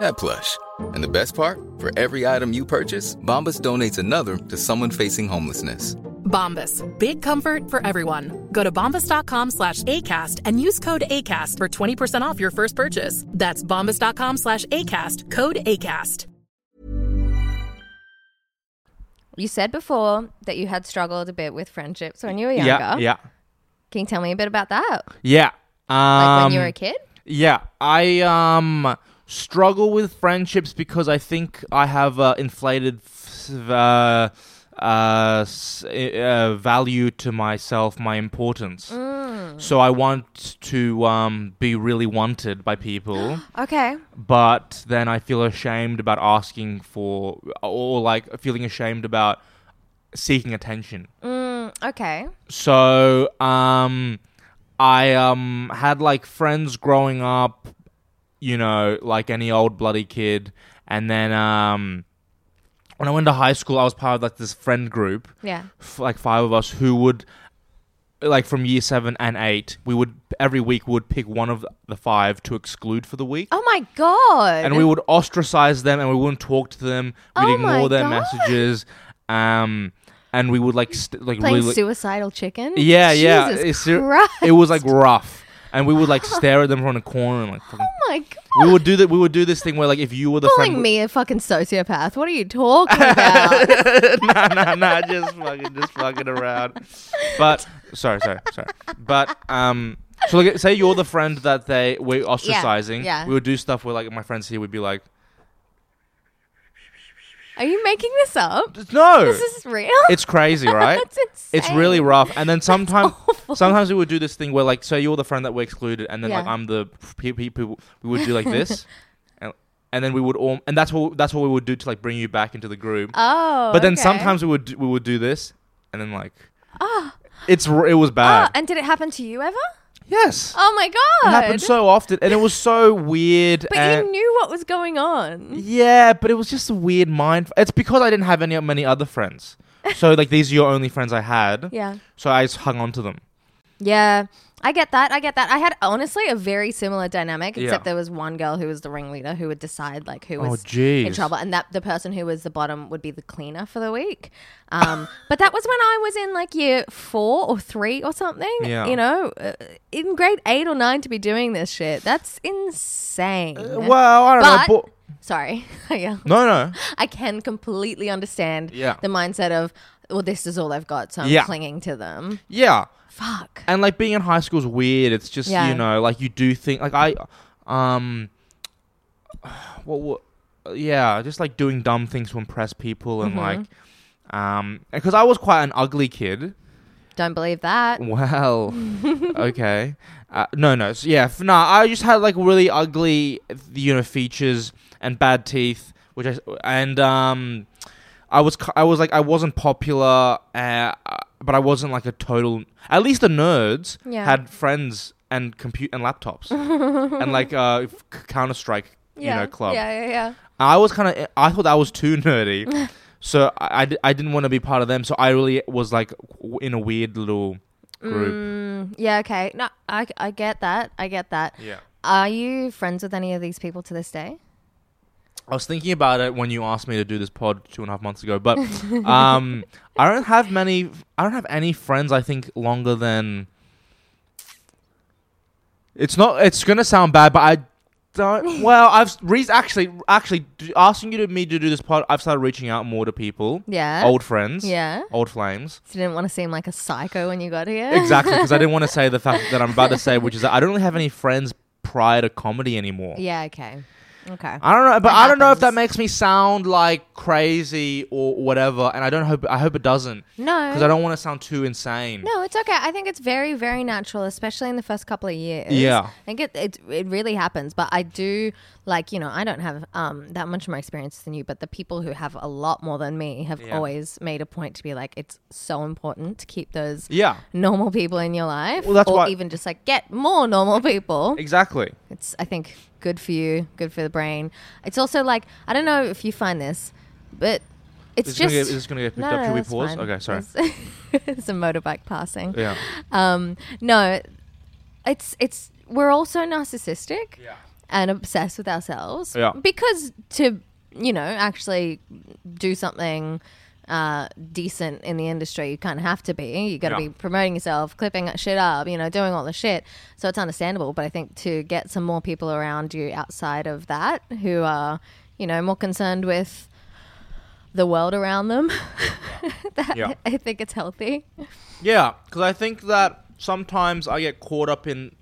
Speaker 10: that plush. And the best part? For every item you purchase, Bombas donates another to someone facing homelessness.
Speaker 11: Bombas. Big comfort for everyone. Go to bombas.com slash ACAST and use code ACAST for 20% off your first purchase. That's bombas.com slash ACAST. Code ACAST.
Speaker 8: You said before that you had struggled a bit with friendships when you were younger.
Speaker 7: Yeah. Yeah.
Speaker 8: Can you tell me a bit about that?
Speaker 7: Yeah. Um,
Speaker 8: Like when you were a kid?
Speaker 7: Yeah, I um struggle with friendships because I think I have uh, inflated f- uh, uh, s- uh, value to myself, my importance.
Speaker 8: Mm.
Speaker 7: So I want to um, be really wanted
Speaker 8: [GASPS]
Speaker 7: by people.
Speaker 8: Okay.
Speaker 7: but then I feel ashamed about asking for, or like feeling ashamed about seeking attention.
Speaker 8: Mm, okay.
Speaker 7: So, um, I um had like friends growing up, you know, like any old bloody kid, and then um, when I went to high school, I was part of like this friend group,
Speaker 8: Yeah.
Speaker 7: f- like five of us who would, like from year seven and eight, we would every week would pick one of the five to exclude for the week
Speaker 8: Oh my god.
Speaker 7: and we would ostracize them and we wouldn't talk to them we'd
Speaker 8: Oh my
Speaker 7: ignore their
Speaker 8: God.
Speaker 7: messages um and we would like st- like
Speaker 8: playing
Speaker 7: really
Speaker 8: suicidal chicken.
Speaker 7: yeah yeah
Speaker 8: Jesus
Speaker 7: it's ser-
Speaker 8: Christ. [LAUGHS]
Speaker 7: it was like rough and we would like stare at them from the corner and like fucking- [LAUGHS]
Speaker 8: Oh my god.
Speaker 7: we would do that we would do this thing where like if you were the
Speaker 8: Calling
Speaker 7: friend
Speaker 8: me a fucking sociopath. What are you talking about?
Speaker 7: [LAUGHS] nah, nah, nah, just fucking, just fucking around. But sorry, sorry, sorry. But um, so like, say you're the friend that they we're ostracizing.
Speaker 8: yeah.
Speaker 7: We would do stuff where like my friends here would be like,
Speaker 8: are you making this up?
Speaker 7: no,
Speaker 8: This is real? [LAUGHS]
Speaker 7: It's crazy, right?
Speaker 8: That's
Speaker 7: It's
Speaker 8: insane.
Speaker 7: really rough. And then sometimes, sometimes we would do this thing where like, so you're the friend that we excluded, and then like
Speaker 8: Yeah.
Speaker 7: I'm the pe- people. We would do
Speaker 8: [LAUGHS]
Speaker 7: like this, and, and then we would all, and that's what that's what we would do to like bring you back into the group.
Speaker 8: Oh,
Speaker 7: but then
Speaker 8: okay.
Speaker 7: sometimes we would do, we would do this, and then like, it's r- it was bad.
Speaker 8: Oh, Ah. and did it happen to you ever?
Speaker 7: yes,
Speaker 8: Oh my
Speaker 7: it
Speaker 8: god.
Speaker 7: happened so often, and it was so weird.
Speaker 8: [LAUGHS] but
Speaker 7: and
Speaker 8: you knew what was going on.
Speaker 7: yeah, but it was just a weird mind. It's because I didn't have any many other friends. So like these are your only friends I had.
Speaker 8: Yeah.
Speaker 7: So I just hung on to them.
Speaker 8: Yeah, I get that. I get that. I had honestly a very similar dynamic,
Speaker 7: Yeah.
Speaker 8: except there was one girl who was the ringleader who would decide like who
Speaker 7: Oh,
Speaker 8: was in
Speaker 7: jeez.
Speaker 8: trouble, and that the person who was the bottom would be the cleaner for the week. Um, [LAUGHS] but that was when I was in like year four or three or something.
Speaker 7: Yeah.
Speaker 8: You know, uh, in grade eight or nine to be doing this shit. That's insane.
Speaker 7: well, I don't know,
Speaker 8: But- Sorry. [LAUGHS] yeah.
Speaker 7: No, no.
Speaker 8: [LAUGHS] I can completely understand
Speaker 7: Yeah.
Speaker 8: the mindset of, well, this is all I've got, so I'm
Speaker 7: Yeah.
Speaker 8: clinging to them.
Speaker 7: Yeah.
Speaker 8: Fuck.
Speaker 7: And like being in high school is weird. It's just
Speaker 8: Yeah.
Speaker 7: you know like you do think like I, um, what what. Yeah, just like doing dumb things to impress people and
Speaker 8: Mhm.
Speaker 7: like, um, because I was quite an ugly kid.
Speaker 8: Don't believe that.
Speaker 7: Well,
Speaker 8: [LAUGHS]
Speaker 7: okay. Uh, no, no. So, yeah, f- nah, I just had like really ugly, you know, features and bad teeth, which I s- and um, I was ki- I was like I wasn't popular, uh, but I wasn't like a total. At least the nerds
Speaker 8: Yeah. [LAUGHS]
Speaker 7: had friends and compute and laptops and like uh, Counter Strike you
Speaker 8: Yeah,
Speaker 7: know, club.
Speaker 8: yeah, yeah, yeah.
Speaker 7: I was kind of, I thought I was
Speaker 8: [LAUGHS]
Speaker 7: too [LAUGHS] nerdy. so I, I, di- I didn't want to be part of them. So I really was like w- in a weird little group.
Speaker 8: Mm, yeah, okay. No, I, I get that. I get that.
Speaker 7: Yeah.
Speaker 8: Are you friends with any of these people to this day?
Speaker 7: I was thinking about it when you asked me to do this pod two and a half months
Speaker 8: [LAUGHS]
Speaker 7: ago, but um, I don't have many. I don't have any friends. I think longer than. It's not. It's gonna sound bad, but I
Speaker 8: [LAUGHS]
Speaker 7: don't. Well, I've re- actually actually d- asking you to me to do this pod. I've started reaching out more to people.
Speaker 8: Yeah.
Speaker 7: Old friends.
Speaker 8: Yeah.
Speaker 7: Old flames.
Speaker 8: So you didn't want to seem like a psycho when you got here?
Speaker 7: Exactly, because I
Speaker 8: [LAUGHS]
Speaker 7: didn't want to say the fact that I'm about to say, which is that I don't really have any friends prior to comedy anymore.
Speaker 8: Yeah, okay. Okay.
Speaker 7: I don't know, but
Speaker 8: That
Speaker 7: I don't know if that
Speaker 8: happens.
Speaker 7: makes me sound like crazy or whatever, and I don't hope I hope it doesn't.
Speaker 8: No.
Speaker 7: because I don't want to sound too insane.
Speaker 8: No, it's okay. I think it's very, very natural, especially in the first couple of years.
Speaker 7: Yeah.
Speaker 8: I think it, it it really happens. But I do like you know I don't have um that much more experience than you, but the people who have a lot more than me have
Speaker 7: Yeah.
Speaker 8: always made a point to be like, it's so important to keep those
Speaker 7: Yeah.
Speaker 8: normal people in your life,
Speaker 7: Well, that's
Speaker 8: or
Speaker 7: why-
Speaker 8: even just like get more normal people.
Speaker 7: Exactly.
Speaker 8: It's I think good for you, good for the brain. It's also like I don't know if you find this, but it's
Speaker 7: Is this
Speaker 8: just
Speaker 7: gonna get- is this gonna get picked up? Should we
Speaker 8: that's
Speaker 7: pause? Okay, sorry.
Speaker 8: It's, it's [LAUGHS] a motorbike passing.
Speaker 7: Yeah.
Speaker 8: Um, no, it's it's we're all so narcissistic. And obsessed with ourselves.
Speaker 7: Yeah.
Speaker 8: Because to you know actually do something. Uh, decent in the industry, you kind of have to be. You got to
Speaker 9: Yeah.
Speaker 8: be promoting yourself, clipping shit up, you know, doing all the shit. So it's understandable. But I think to get some more people around you outside of that who are, you know, more concerned with the world around them, that,
Speaker 7: Yeah.
Speaker 8: [LAUGHS] I think it's healthy.
Speaker 7: Yeah, because I think that sometimes I get caught up in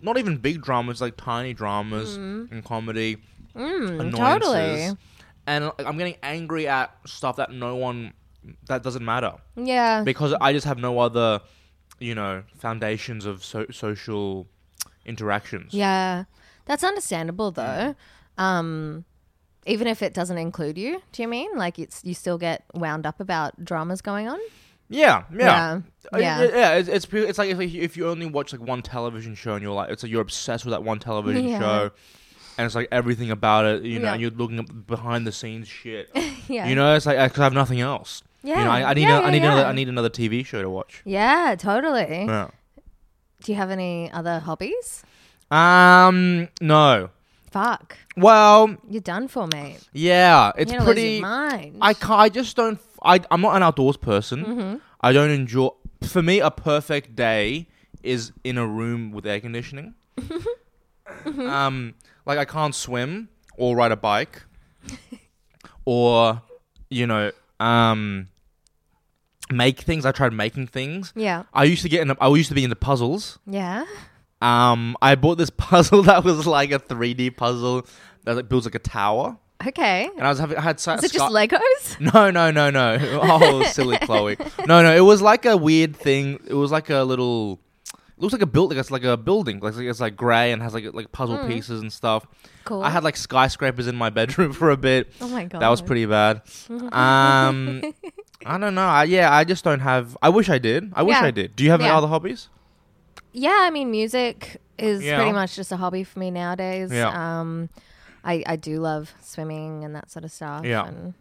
Speaker 7: not even big dramas, like tiny dramas
Speaker 8: Mhm.
Speaker 7: in comedy.
Speaker 8: Mm,
Speaker 7: annoyances,
Speaker 8: totally.
Speaker 7: And like, I'm getting angry at stuff that no one that
Speaker 8: [LAUGHS]
Speaker 7: doesn't matter.
Speaker 8: Yeah.
Speaker 7: Because I just have no other, you know, foundations of so- social interactions.
Speaker 8: Yeah. That's understandable though. Um, even if it doesn't include you, do you mean? Like it's, you still get wound up about dramas going on?
Speaker 7: Yeah, yeah,
Speaker 8: Yeah,
Speaker 7: Uh,
Speaker 8: yeah.
Speaker 7: it- yeah. It's it's, pre- it's like if, if you only watch like one television show and you're like, it's like you're obsessed with that one television
Speaker 8: Yeah.
Speaker 7: show, and it's like everything about it, you know,
Speaker 8: Yeah.
Speaker 7: and you're looking at behind the scenes shit.
Speaker 8: [LAUGHS] Yeah.
Speaker 7: You know, it's like because I have nothing else. You
Speaker 8: Yeah.
Speaker 7: know, I, I need
Speaker 8: Yeah,
Speaker 7: a, I
Speaker 8: yeah,
Speaker 7: need another
Speaker 8: yeah.
Speaker 7: I need another TV show to watch.
Speaker 8: Yeah, totally.
Speaker 7: Yeah.
Speaker 8: Do you have any other hobbies?
Speaker 7: Um. No.
Speaker 8: Fuck.
Speaker 7: Well.
Speaker 8: You're done for, mate.
Speaker 7: Yeah. It's
Speaker 8: You're gonna lose your
Speaker 7: pretty.
Speaker 8: mind.
Speaker 7: I can't. I just don't. f- I I'm not an outdoors person.
Speaker 8: Mhm.
Speaker 7: I don't enjoy. For me, a perfect day is in a room with air conditioning.
Speaker 8: Mm-hmm. [LAUGHS]
Speaker 7: [LAUGHS] Um, like I can't swim or ride
Speaker 8: [LAUGHS]
Speaker 7: a bike, or you know, um, make things. I tried making things.
Speaker 8: Yeah.
Speaker 7: I used to get. Into, I used to be into puzzles.
Speaker 8: Yeah.
Speaker 7: Um, I bought this [LAUGHS] puzzle that was like a 3D puzzle that like, builds like a tower.
Speaker 8: Okay.
Speaker 7: And I was having, I had. Is
Speaker 8: Is it just Legos?
Speaker 7: [LAUGHS] No, no, no, no. Oh, silly Chloe. No, no. It was like a weird thing. It was like a little. It looks like a build. Like it's like a building. Like it's like grey and has like like puzzle
Speaker 8: Mm.
Speaker 7: pieces and stuff.
Speaker 8: Cool.
Speaker 7: I had like skyscrapers in my bedroom [LAUGHS] for a bit.
Speaker 8: Oh my
Speaker 7: That was
Speaker 8: God. [LAUGHS]
Speaker 7: pretty bad. Um, I don't know. I, yeah, I just don't have. I wish I did. I wish
Speaker 8: Yeah.
Speaker 7: I did. Do you have any
Speaker 8: Yeah.
Speaker 7: other hobbies?
Speaker 8: Yeah, I mean, music is
Speaker 7: Yeah.
Speaker 8: pretty much just a hobby for me nowadays.
Speaker 7: Yeah.
Speaker 8: Um, I, I do love swimming and that sort of stuff.
Speaker 7: Yeah.
Speaker 8: And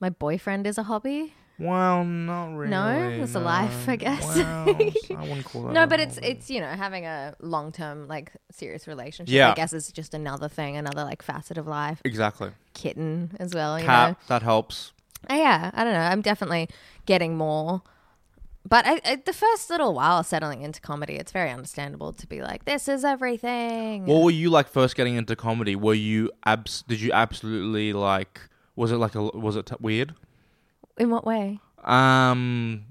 Speaker 8: my boyfriend is a hobby.
Speaker 7: Well, not really.
Speaker 8: no, it's a life, I guess.
Speaker 7: Well, I
Speaker 8: [LAUGHS]
Speaker 7: wouldn't call that.
Speaker 8: no, but it's it's you know having a long term like serious relationship.
Speaker 7: Yeah.
Speaker 8: I guess is just another thing, another like facet of life.
Speaker 7: exactly
Speaker 8: Kitten as well. You know.
Speaker 7: cat. That helps.
Speaker 8: Uh, yeah, I don't know. I'm definitely getting more. But I, I, the first little while settling into comedy, it's very understandable to be like, this is everything.
Speaker 7: What were you like first getting into comedy? Were you abs? Did you absolutely like? Was it like a? Was it t- weird?
Speaker 8: In what way?
Speaker 7: Um.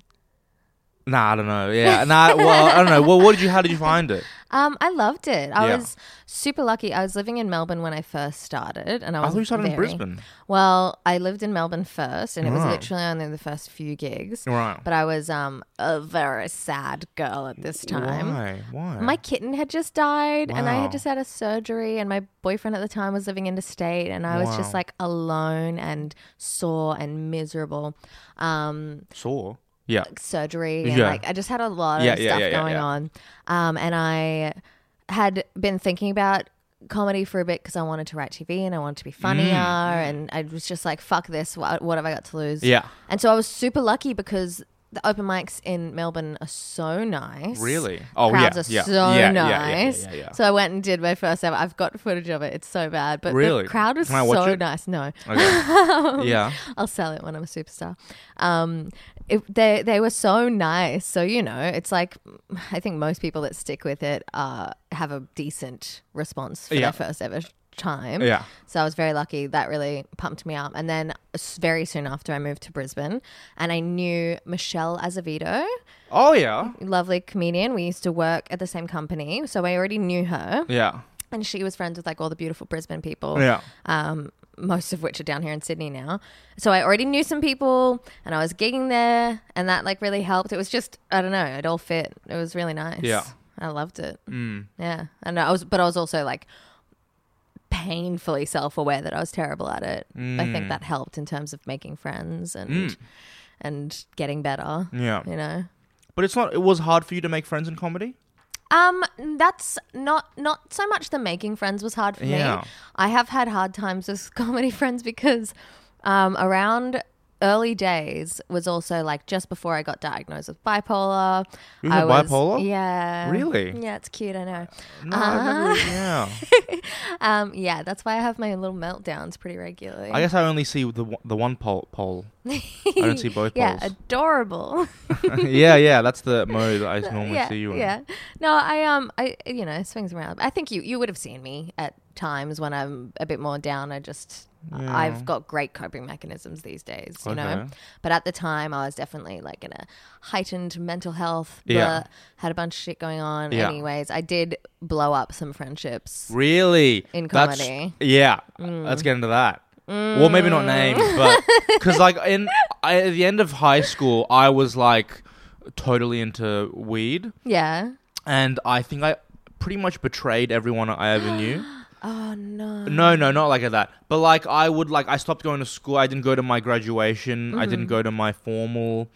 Speaker 7: Nah, I don't know.
Speaker 8: [LAUGHS]
Speaker 7: Yeah, nah. Well, I don't know. Well, what did you? How did you find it?
Speaker 8: Um, I loved it. I
Speaker 7: Yeah.
Speaker 8: was super lucky. I was living in Melbourne when I first started, and I
Speaker 7: I
Speaker 8: was.
Speaker 7: thought you started in
Speaker 8: very-
Speaker 7: Brisbane.
Speaker 8: Well, I lived in Melbourne first, and it was
Speaker 7: Right.
Speaker 8: literally only the first few gigs.
Speaker 7: Right.
Speaker 8: [LAUGHS] But I was um a very sad girl at this time.
Speaker 7: Why? Why?
Speaker 8: My kitten had just died, and I
Speaker 7: Wow.
Speaker 8: had just had a surgery, and my boyfriend at the time was living interstate, and I was just
Speaker 7: Wow.
Speaker 8: like alone and sore and miserable. Um,
Speaker 7: Sore. Yeah.
Speaker 8: like, surgery, and
Speaker 7: Yeah.
Speaker 8: like I just had a lot of
Speaker 7: Yeah, yeah,
Speaker 8: stuff
Speaker 7: yeah, yeah,
Speaker 8: going
Speaker 7: yeah.
Speaker 8: on, um, and I had been thinking about comedy for a bit because I wanted to write TV and I wanted to be funnier.
Speaker 7: Mm.
Speaker 8: And I was just like, fuck this. What, what have I got to lose?
Speaker 7: Yeah.
Speaker 8: And so I was super lucky because the open mics in Melbourne are so nice.
Speaker 7: Really? Oh, yeah,
Speaker 8: Crowds are
Speaker 7: yeah,
Speaker 8: so
Speaker 7: yeah, yeah, yeah, yeah,
Speaker 8: nice. [LAUGHS]
Speaker 7: yeah, yeah.
Speaker 8: So I went and did my first ever. I've got footage of it. It's so bad. But
Speaker 7: Really?
Speaker 8: the crowd was
Speaker 7: Can I watch
Speaker 8: so
Speaker 7: it?
Speaker 8: nice. No.
Speaker 7: Okay. Yeah.
Speaker 8: I'll sell it when I'm a superstar. Um, it, they they were so nice. So you know, it's like I think most people that stick with it uh, have a decent response for
Speaker 7: Yeah.
Speaker 8: their first ever time.
Speaker 7: Yeah.
Speaker 8: So I was very lucky. That really pumped me up. And then s- very soon after, I moved to Brisbane, and I knew Michelle Azevedo,
Speaker 7: Oh yeah.
Speaker 8: lovely comedian. We used to work at the same company, so I already knew her.
Speaker 7: Yeah.
Speaker 8: And she was friends with like all the beautiful Brisbane people.
Speaker 7: Yeah.
Speaker 8: Um, most of which are down here in Sydney now. So I already knew some people and I was gigging there and that like really helped. It was just, I don't know, it all fit. It was really nice.
Speaker 7: Yeah.
Speaker 8: I loved it.
Speaker 7: Mm.
Speaker 8: Yeah. And I was, but I was also like painfully self aware that I was terrible at it. I think
Speaker 7: Mm.
Speaker 8: that helped in terms of making friends and,
Speaker 7: Mm.
Speaker 8: and getting better.
Speaker 7: Yeah.
Speaker 8: You know?
Speaker 7: But it's not. It was hard for you to make friends in comedy.
Speaker 8: Um, that's not not so much the making friends was hard for
Speaker 7: Yeah.
Speaker 8: me. I have had hard times with [LAUGHS] comedy friends because um, around early days was also like just before I got diagnosed with bipolar.
Speaker 7: You
Speaker 8: I
Speaker 7: had
Speaker 8: was-
Speaker 7: bipolar?
Speaker 8: Yeah.
Speaker 7: Really?
Speaker 8: Yeah, it's cute. I know.
Speaker 7: No, I never-
Speaker 8: Uh, [LAUGHS]
Speaker 7: yeah.
Speaker 8: um, yeah, that's why I have my little meltdowns pretty regularly.
Speaker 7: I guess I only see the one- the one pole. pole. I don't see both
Speaker 8: [LAUGHS] yeah,
Speaker 7: poles.
Speaker 8: adorable. [LAUGHS]
Speaker 7: [LAUGHS] yeah, yeah. That's the mode that I normally
Speaker 8: yeah,
Speaker 7: see you in.
Speaker 8: Yeah. No, I um I you know, it swings around. I think you you would have seen me at times when I'm a bit more down. I just
Speaker 7: Yeah.
Speaker 8: I've got great coping mechanisms these days, you know.
Speaker 7: Okay.
Speaker 8: But at the time I was definitely like in a heightened mental health,
Speaker 7: Yeah.
Speaker 8: blah, had a bunch of shit going on
Speaker 7: Yeah.
Speaker 8: anyways. I did blow up some friendships.
Speaker 7: Really?
Speaker 8: In
Speaker 7: That's-
Speaker 8: comedy.
Speaker 7: yeah.
Speaker 8: Mm.
Speaker 7: Let's get into that. Well, maybe not names,
Speaker 8: [LAUGHS]
Speaker 7: but because like in I, at the end of high school, I was like totally into weed,
Speaker 8: Yeah.
Speaker 7: and I think I pretty much betrayed everyone I ever knew.
Speaker 8: [GASPS] Oh no.
Speaker 7: No, no, not like that. But like I would like I stopped going to school. I didn't go to my graduation. I didn't
Speaker 8: Mhm.
Speaker 7: go to my formal.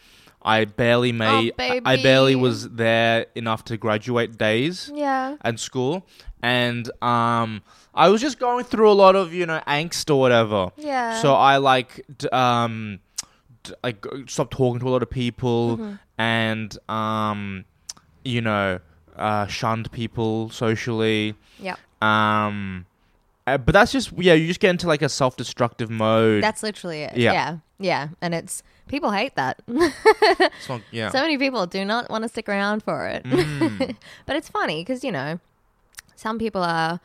Speaker 7: I barely made. I- I
Speaker 8: Oh, baby.
Speaker 7: barely was there enough to graduate days.
Speaker 8: Yeah.
Speaker 7: And school, and um, I was just going through a lot of you know angst or whatever.
Speaker 9: Yeah.
Speaker 7: So I like d- um, d- like g- stopped talking to a lot of people,
Speaker 8: Mm-hmm.
Speaker 9: Mhm.
Speaker 7: and um, you know, uh, shunned people socially.
Speaker 8: Yep.
Speaker 7: Um, uh, but that's just yeah. You just get into like a self-destructive mode.
Speaker 8: That's literally it.
Speaker 7: Yeah.
Speaker 8: yeah. Yeah. And it's people hate that. [LAUGHS]
Speaker 7: It's not, yeah.
Speaker 8: So many people do not want to stick around for it. [LAUGHS] but it's funny because, you know, some people are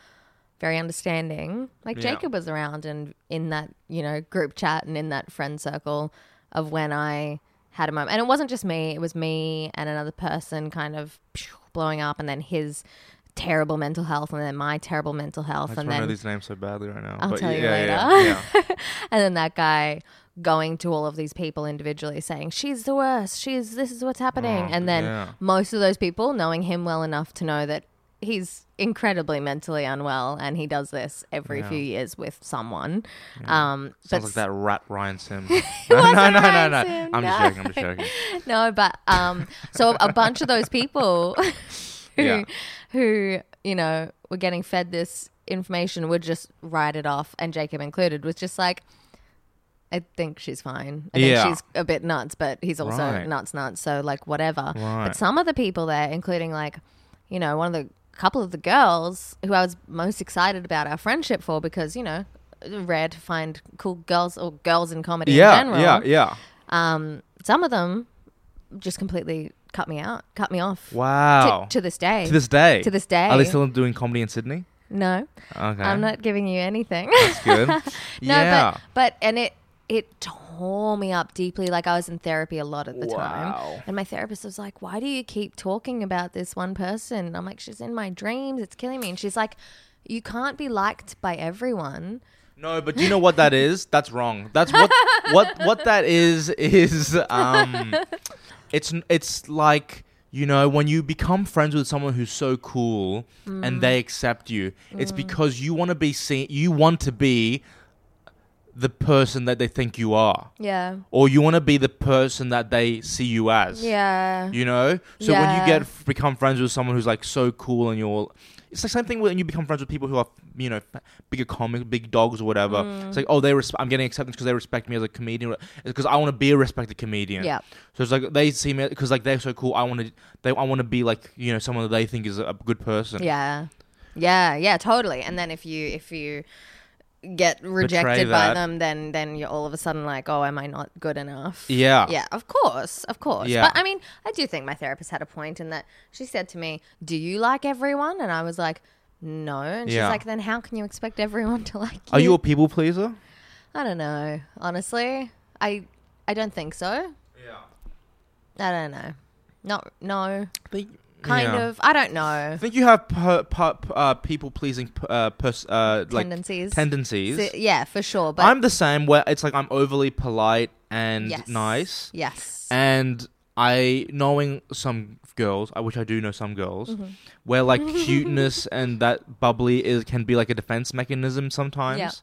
Speaker 8: very understanding. Like
Speaker 12: Yeah.
Speaker 8: Jacob was around and in that, you know, group chat and in that friend circle of when I had a moment. And it wasn't just me, it was me and another person kind of blowing up and then his terrible mental health and then my terrible mental
Speaker 7: I
Speaker 8: health
Speaker 7: just
Speaker 8: and
Speaker 7: remember
Speaker 8: then
Speaker 7: these names so badly right now.
Speaker 8: I'll
Speaker 7: but
Speaker 8: tell
Speaker 7: yeah,
Speaker 8: you
Speaker 7: yeah,
Speaker 8: later.
Speaker 7: yeah.
Speaker 8: and then that guy going to all of these people individually saying, She's the worst. She's this is what's happening.
Speaker 7: Mm,
Speaker 12: Oh,
Speaker 8: and then
Speaker 12: yeah.
Speaker 8: most of those people knowing him well enough to know that he's incredibly mentally unwell and he does this every
Speaker 7: Yeah.
Speaker 8: few years with someone. Um, [LAUGHS] but
Speaker 7: Sounds like that rat
Speaker 8: [LAUGHS]
Speaker 7: Ryan Sim. [LAUGHS]
Speaker 8: it wasn't
Speaker 7: no, no, no,
Speaker 8: Ryan
Speaker 7: no.
Speaker 8: Sim,
Speaker 7: I'm just
Speaker 8: no.
Speaker 7: joking. I'm just joking.
Speaker 8: [LAUGHS] no, but um, so a bunch of those people [LAUGHS] who,
Speaker 7: Yeah.
Speaker 8: who you know were getting fed this information would just write it off, and Jacob included was just like, I think she's fine. I
Speaker 12: Yeah.
Speaker 8: think she's a bit nuts, but he's also
Speaker 12: Right.
Speaker 8: nuts, nuts. So like whatever.
Speaker 12: Right.
Speaker 8: But some of the people there, including like, you know, one of the couple of the girls who I was most excited about our friendship for because you know. Rare to find cool girls or girls in comedy in
Speaker 7: Yeah,
Speaker 8: general
Speaker 7: yeah, yeah.
Speaker 8: um, some of them just completely cut me out, cut me off.
Speaker 7: Wow.
Speaker 8: To, to this day.
Speaker 7: To this day.
Speaker 8: To this day.
Speaker 7: Are they still doing comedy in Sydney?
Speaker 8: No.
Speaker 7: Okay.
Speaker 8: I'm not giving you anything. [LAUGHS]
Speaker 7: That's [LAUGHS] good.
Speaker 8: no,
Speaker 7: Yeah.
Speaker 8: but but and it it tore me up deeply. Like I was in therapy a lot at the
Speaker 12: Wow.
Speaker 8: time, and my therapist was like, "Why do you keep talking about this one person?" And I'm like, "She's in my dreams. It's killing me." And she's like, "You can't be liked by everyone."
Speaker 7: No, but do you know what that is? That's wrong. That's what what what that is is
Speaker 8: [LAUGHS]
Speaker 7: um it's it's like you know when you become friends with someone who's so cool and
Speaker 9: Mm.
Speaker 8: Mm.
Speaker 7: they accept you, it's because you want to be seen you want to be the person that they think you are.
Speaker 8: Yeah.
Speaker 7: Or you want to be the person that they see you as.
Speaker 8: Yeah.
Speaker 7: You know? So when
Speaker 8: Yeah.
Speaker 7: you get become friends with someone who's like so cool and you're it's the same thing when you become friends with people who are, you know, bigger comics, big dogs or whatever.
Speaker 8: Mm.
Speaker 7: It's like, oh, they res- I'm getting acceptance because they respect me as a comedian. It's because I want to be a respected comedian.
Speaker 8: Yeah.
Speaker 7: So it's like they see me because like they're so cool. I want to, they, I want to be like, you know, someone that they think is a good person.
Speaker 8: Yeah. Yeah, yeah, totally. And then if you if you get rejected by
Speaker 7: that.
Speaker 8: them, then then you're all of a sudden like, oh, am I not good enough?
Speaker 7: Yeah.
Speaker 8: yeah, of course, of course.
Speaker 7: Yeah.
Speaker 8: But I mean, I do think my therapist had a point in that she said to me, "Do you like everyone?" And I was like, "No." And she's
Speaker 7: Yeah.
Speaker 8: like, "Then how can you expect everyone [LAUGHS] to like you?"
Speaker 7: Are you a people pleaser?
Speaker 8: I don't know. Honestly, I I don't think so. Yeah. I don't know. Not no. kind
Speaker 7: Yeah.
Speaker 8: of. I don't know.
Speaker 7: I think you have per, per, uh, people pleasing uh, pers- uh, like
Speaker 8: tendencies.
Speaker 7: Tendencies.
Speaker 8: So- yeah, for sure. But
Speaker 7: I'm the same where it's like I'm overly polite and
Speaker 8: Yes.
Speaker 7: nice.
Speaker 8: Yes.
Speaker 7: And I knowing some girls, I which I do know some girls,
Speaker 8: Mhm.
Speaker 7: where
Speaker 8: [LAUGHS]
Speaker 7: like cuteness and that bubbly is can be like a defense mechanism sometimes.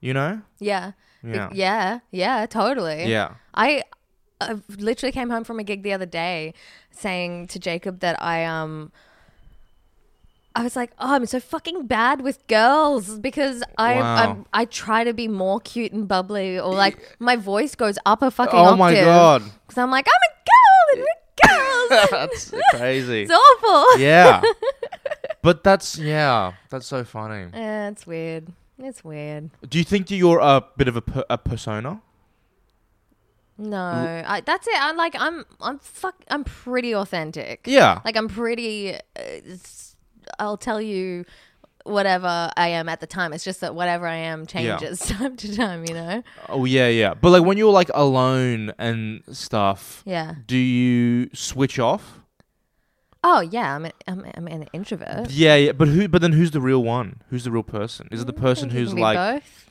Speaker 7: You know?
Speaker 8: Yeah. Be-
Speaker 7: Yeah.
Speaker 8: Yeah. Yeah. Totally.
Speaker 7: Yeah.
Speaker 8: I, I literally came home from a gig the other day saying to Jacob that I um I was like, "Oh, I'm so fucking bad with girls because I
Speaker 7: Wow.
Speaker 8: I'm, I try to be more cute and bubbly or like my voice goes up a fucking
Speaker 7: Oh my
Speaker 8: [LAUGHS]
Speaker 7: God.
Speaker 8: Cuz I'm like, "I'm a girl and we're girls."
Speaker 7: [LAUGHS] That's crazy.
Speaker 8: It's awful. [LAUGHS]
Speaker 7: [LAUGHS] Yeah. but that's yeah, that's so funny.
Speaker 8: Eh, it's weird. It's weird.
Speaker 7: Do you think that you're a bit of a, per- a persona?
Speaker 8: No, I, that's it. I'm like, I'm, I'm fuck, I'm pretty authentic.
Speaker 7: Yeah.
Speaker 8: like I'm pretty. Uh, s- I'll tell you whatever I am at the time. It's just that whatever I am
Speaker 7: Yeah.
Speaker 8: changes [LAUGHS] time to time. You know.
Speaker 7: Oh yeah, yeah. But like when you're like alone and stuff,
Speaker 8: Yeah.
Speaker 7: Do you switch off?
Speaker 8: Oh yeah, I'm, a, I'm, I'm an introvert.
Speaker 7: Yeah, yeah. But who? But then who's the real one? Who's the real person? Is it the person
Speaker 8: You
Speaker 7: who's
Speaker 8: can be
Speaker 7: like?
Speaker 8: both.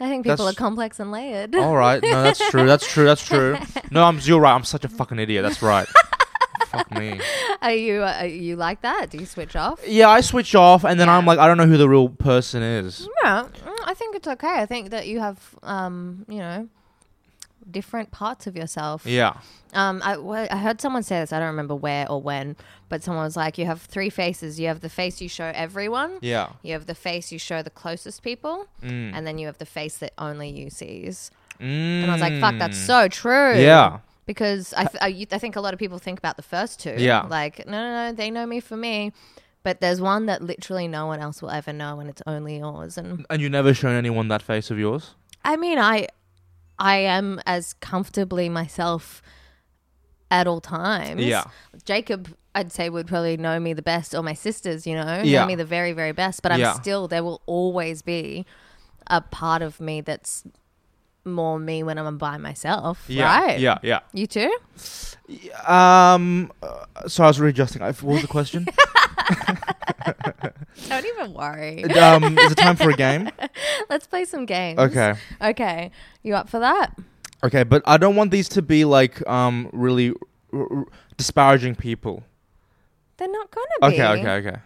Speaker 8: I think people
Speaker 7: That's- Oh.
Speaker 8: are complex and layered.
Speaker 7: [LAUGHS] All right, no, that's true. That's true. That's true. No, I'm. You're right. I'm such a fucking idiot.
Speaker 8: [LAUGHS]
Speaker 7: That's right. Fuck me.
Speaker 8: [LAUGHS] Are you, uh, are you like that? Do you switch off?
Speaker 7: Yeah, I switch off, and then I'm like, I don't know who the real person is.
Speaker 8: Yeah, mm, I think it's okay. I think that you have, um, you know, different parts of yourself.
Speaker 7: Yeah.
Speaker 8: Um, I, wh- I heard someone say this. I don't remember where or when, but someone was like, "You have three faces. You have the face you show everyone.
Speaker 7: Yeah.
Speaker 8: You have the face you show the closest people,
Speaker 7: Mm.
Speaker 8: and then you have the face that only you sees." And I was like, "Fuck, that's
Speaker 7: Mm.
Speaker 8: so true."
Speaker 7: Yeah.
Speaker 8: Because I, f- I, you- I think a lot of people think about the first two.
Speaker 7: Yeah.
Speaker 8: Like, no, no, no, they know me for me. But there's one that literally no one else will ever know, and it's only yours. And
Speaker 7: And you never shown anyone that face of yours.
Speaker 8: I mean, I I am as comfortably myself at all times.
Speaker 7: Yeah.
Speaker 8: Jacob, I'd say, would probably know me the best, or my sisters, you know,
Speaker 7: Yeah.
Speaker 8: know me the very, very best. But I'm
Speaker 7: Yeah.
Speaker 8: still, there will always be a part of me that's more me when I'm by myself.
Speaker 7: Yeah,
Speaker 8: Right?
Speaker 7: yeah, yeah.
Speaker 8: You too?
Speaker 7: Um. uh, so I was readjusting. I- What was
Speaker 8: [LAUGHS]
Speaker 7: the question?
Speaker 8: Don't even worry.
Speaker 7: Um, is it time for a game?
Speaker 8: [LAUGHS] Let's play some games.
Speaker 7: Okay.
Speaker 8: Okay. You up for that?
Speaker 7: Okay, but I don't want these to be like um really r- r- disparaging people.
Speaker 8: They're not going to be.
Speaker 7: Okay, okay, okay.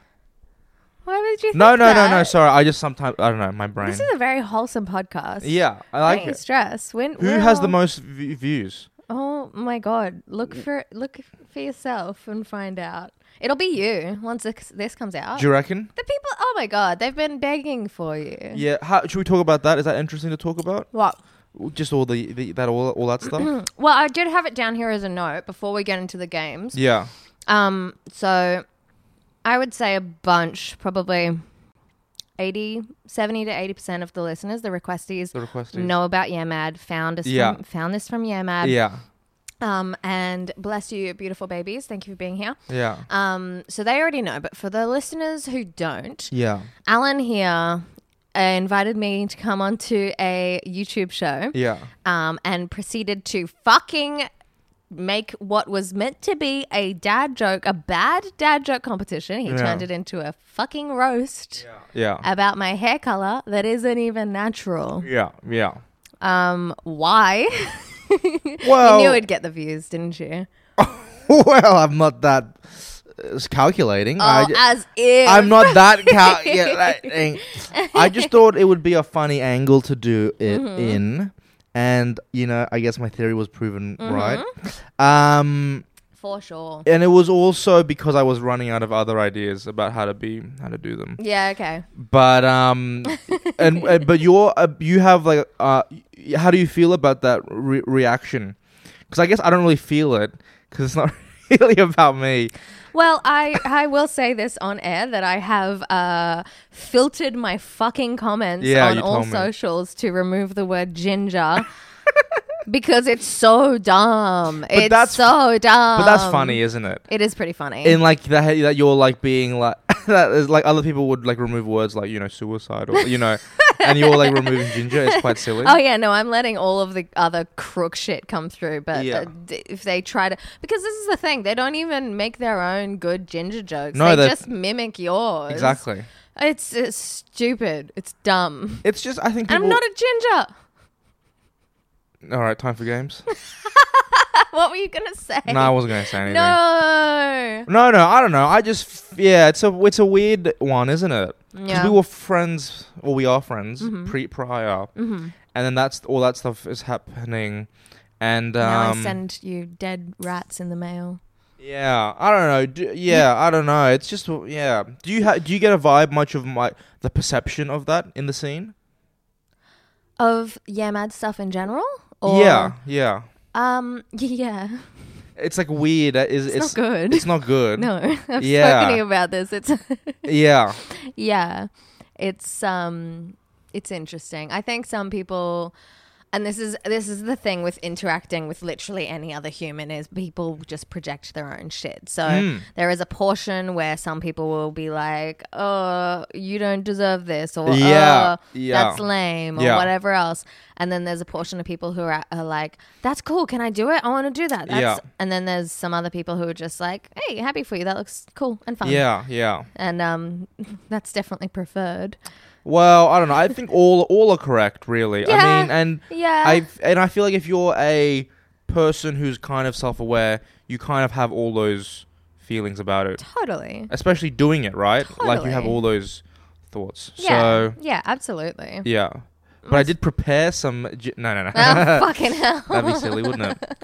Speaker 8: Why would you
Speaker 7: No,
Speaker 8: think
Speaker 7: no, no,
Speaker 8: that?
Speaker 7: no. Sorry, I just sometimes I don't know my brain.
Speaker 8: This is a very wholesome podcast.
Speaker 7: Yeah, I like
Speaker 8: Don't
Speaker 7: it.
Speaker 8: Stress. When
Speaker 7: Who has the most v- views?
Speaker 8: Oh my god! Look for look for yourself and find out. It'll be you once this, this comes out.
Speaker 7: Do you reckon?
Speaker 8: The people. Oh my god! They've been begging for you.
Speaker 7: Yeah. How should we talk about that? Is that interesting to talk about?
Speaker 8: What?
Speaker 7: Just all the, the that all all that stuff.
Speaker 8: [CLEARS THROAT] well, I did have it down here as a note before we get into the games.
Speaker 7: yeah.
Speaker 8: Um. So, I would say a bunch, probably 80, 70 to eighty percent of the listeners, the requestees,
Speaker 7: The requestees.
Speaker 8: know about Yamad. Found us.
Speaker 7: Yeah.
Speaker 8: From, found this from Yamad.
Speaker 7: Yeah.
Speaker 8: Um, and bless you, beautiful babies. Thank you for being here.
Speaker 7: Yeah.
Speaker 8: Um, so they already know, but for the listeners who don't,
Speaker 7: Yeah.
Speaker 8: Alan here uh, invited me to come onto a YouTube show.
Speaker 7: Yeah.
Speaker 8: Um, and proceeded to fucking make what was meant to be a dad joke, a bad dad joke competition. He
Speaker 7: Yeah.
Speaker 8: turned it into a fucking roast
Speaker 7: Yeah.
Speaker 8: about my hair color that isn't even natural.
Speaker 7: Yeah. Yeah.
Speaker 8: Um, why? [LAUGHS] you
Speaker 7: Well- [LAUGHS]
Speaker 8: knew it'd get the views, didn't you?
Speaker 7: well, I'm not that was calculating.
Speaker 8: Oh,
Speaker 7: I ju-
Speaker 8: as if.
Speaker 7: I'm not that cal- yeah, that thing. I just thought it would be a funny angle to do it
Speaker 8: Mhm.
Speaker 7: in, and you know, I guess my theory was proven right. Um,
Speaker 8: For sure.
Speaker 7: and it was also because I was running out of other ideas about how to be how to do them.
Speaker 8: Yeah, okay.
Speaker 7: But um, and uh, but you're uh, you have like uh, y- how do you feel about that re- reaction? Because I guess I don't really feel it because it's not [LAUGHS] really about me.
Speaker 8: Well, I, I will say this on air that I have uh, filtered my fucking comments
Speaker 7: Yeah,
Speaker 8: on
Speaker 7: you
Speaker 8: all
Speaker 7: told me.
Speaker 8: socials to remove the word ginger [LAUGHS] because it's so dumb. it's
Speaker 7: that's-
Speaker 8: so dumb.
Speaker 7: but that's funny, isn't it?
Speaker 8: It is pretty funny.
Speaker 7: In like that, that you're like being like [LAUGHS] that is like other people would like remove words like you know suicide or you know,
Speaker 8: [LAUGHS]
Speaker 7: and you're like removing ginger. It's quite silly.
Speaker 8: Oh yeah, no, I'm letting all of the other crook shit come through, but
Speaker 7: Yeah.
Speaker 8: uh, d- if they try to, because this is the thing, they don't even make their own good ginger jokes.
Speaker 7: No,
Speaker 8: they
Speaker 7: they-
Speaker 8: just mimic yours.
Speaker 7: exactly.
Speaker 8: It's, it's stupid. It's dumb.
Speaker 7: It's just I think
Speaker 8: I'm
Speaker 7: people-
Speaker 8: not a ginger.
Speaker 7: All right, time
Speaker 8: [LAUGHS]
Speaker 7: for games.
Speaker 8: what were you gonna say?
Speaker 7: no, I wasn't gonna say anything.
Speaker 8: No.
Speaker 7: No, no, I don't know. I just yeah, it's a it's a weird one, isn't it? Because
Speaker 8: Yeah.
Speaker 7: we were friends, or we are friends
Speaker 8: Mhm.
Speaker 7: pre prior,
Speaker 8: Mhm.
Speaker 7: and then that's all that stuff is happening, and
Speaker 8: now
Speaker 7: um,
Speaker 8: I send you dead rats in the mail.
Speaker 7: yeah, I don't know. Do, yeah, I don't know. It's just yeah. Do you ha- do you get a vibe much of my the perception of that in the scene?
Speaker 8: Of yeah, mad stuff in general. Or,
Speaker 7: yeah, yeah.
Speaker 8: Um. [LAUGHS] Yeah.
Speaker 7: It's like weird. uh, Is
Speaker 8: It's,
Speaker 7: it's,
Speaker 8: not good.
Speaker 7: It's not good.
Speaker 8: [LAUGHS] no, I've
Speaker 7: yeah.
Speaker 8: spoken to you about this. It's [LAUGHS]
Speaker 7: Yeah.
Speaker 8: yeah. It's um it's interesting. I think some people and this is this is the thing with interacting with literally any other human is people just project their own shit. So
Speaker 9: Mm.
Speaker 8: there is a portion where some people will be like, "Oh, you don't deserve this," or
Speaker 9: Yeah,
Speaker 8: "Oh,
Speaker 9: yeah.
Speaker 8: that's lame," or
Speaker 9: Yeah.
Speaker 8: whatever else. And then there's a portion of people who are, are like, "That's cool. Can I do it? I want to do that." That's,
Speaker 7: Yeah.
Speaker 8: And then there's some other people who are just like, "Hey, happy for you. That looks cool and fun."
Speaker 7: Yeah, yeah.
Speaker 8: and um, [LAUGHS] that's definitely preferred.
Speaker 7: Well, I don't know. I think all all are correct, really. I
Speaker 8: Yeah,
Speaker 7: mean, and
Speaker 8: yeah.
Speaker 7: I and I feel like if you're a person who's kind of self-aware, you kind of have all those feelings about it.
Speaker 8: Totally.
Speaker 7: Especially doing it, right? Like you have
Speaker 8: Totally.
Speaker 7: all those thoughts.
Speaker 8: Yeah,
Speaker 7: So
Speaker 8: yeah, absolutely.
Speaker 7: yeah. But I did prepare some. Gi- no, no,
Speaker 8: [LAUGHS]
Speaker 7: no. [LAUGHS]
Speaker 8: Oh, fucking hell.
Speaker 7: That'd be silly, wouldn't it?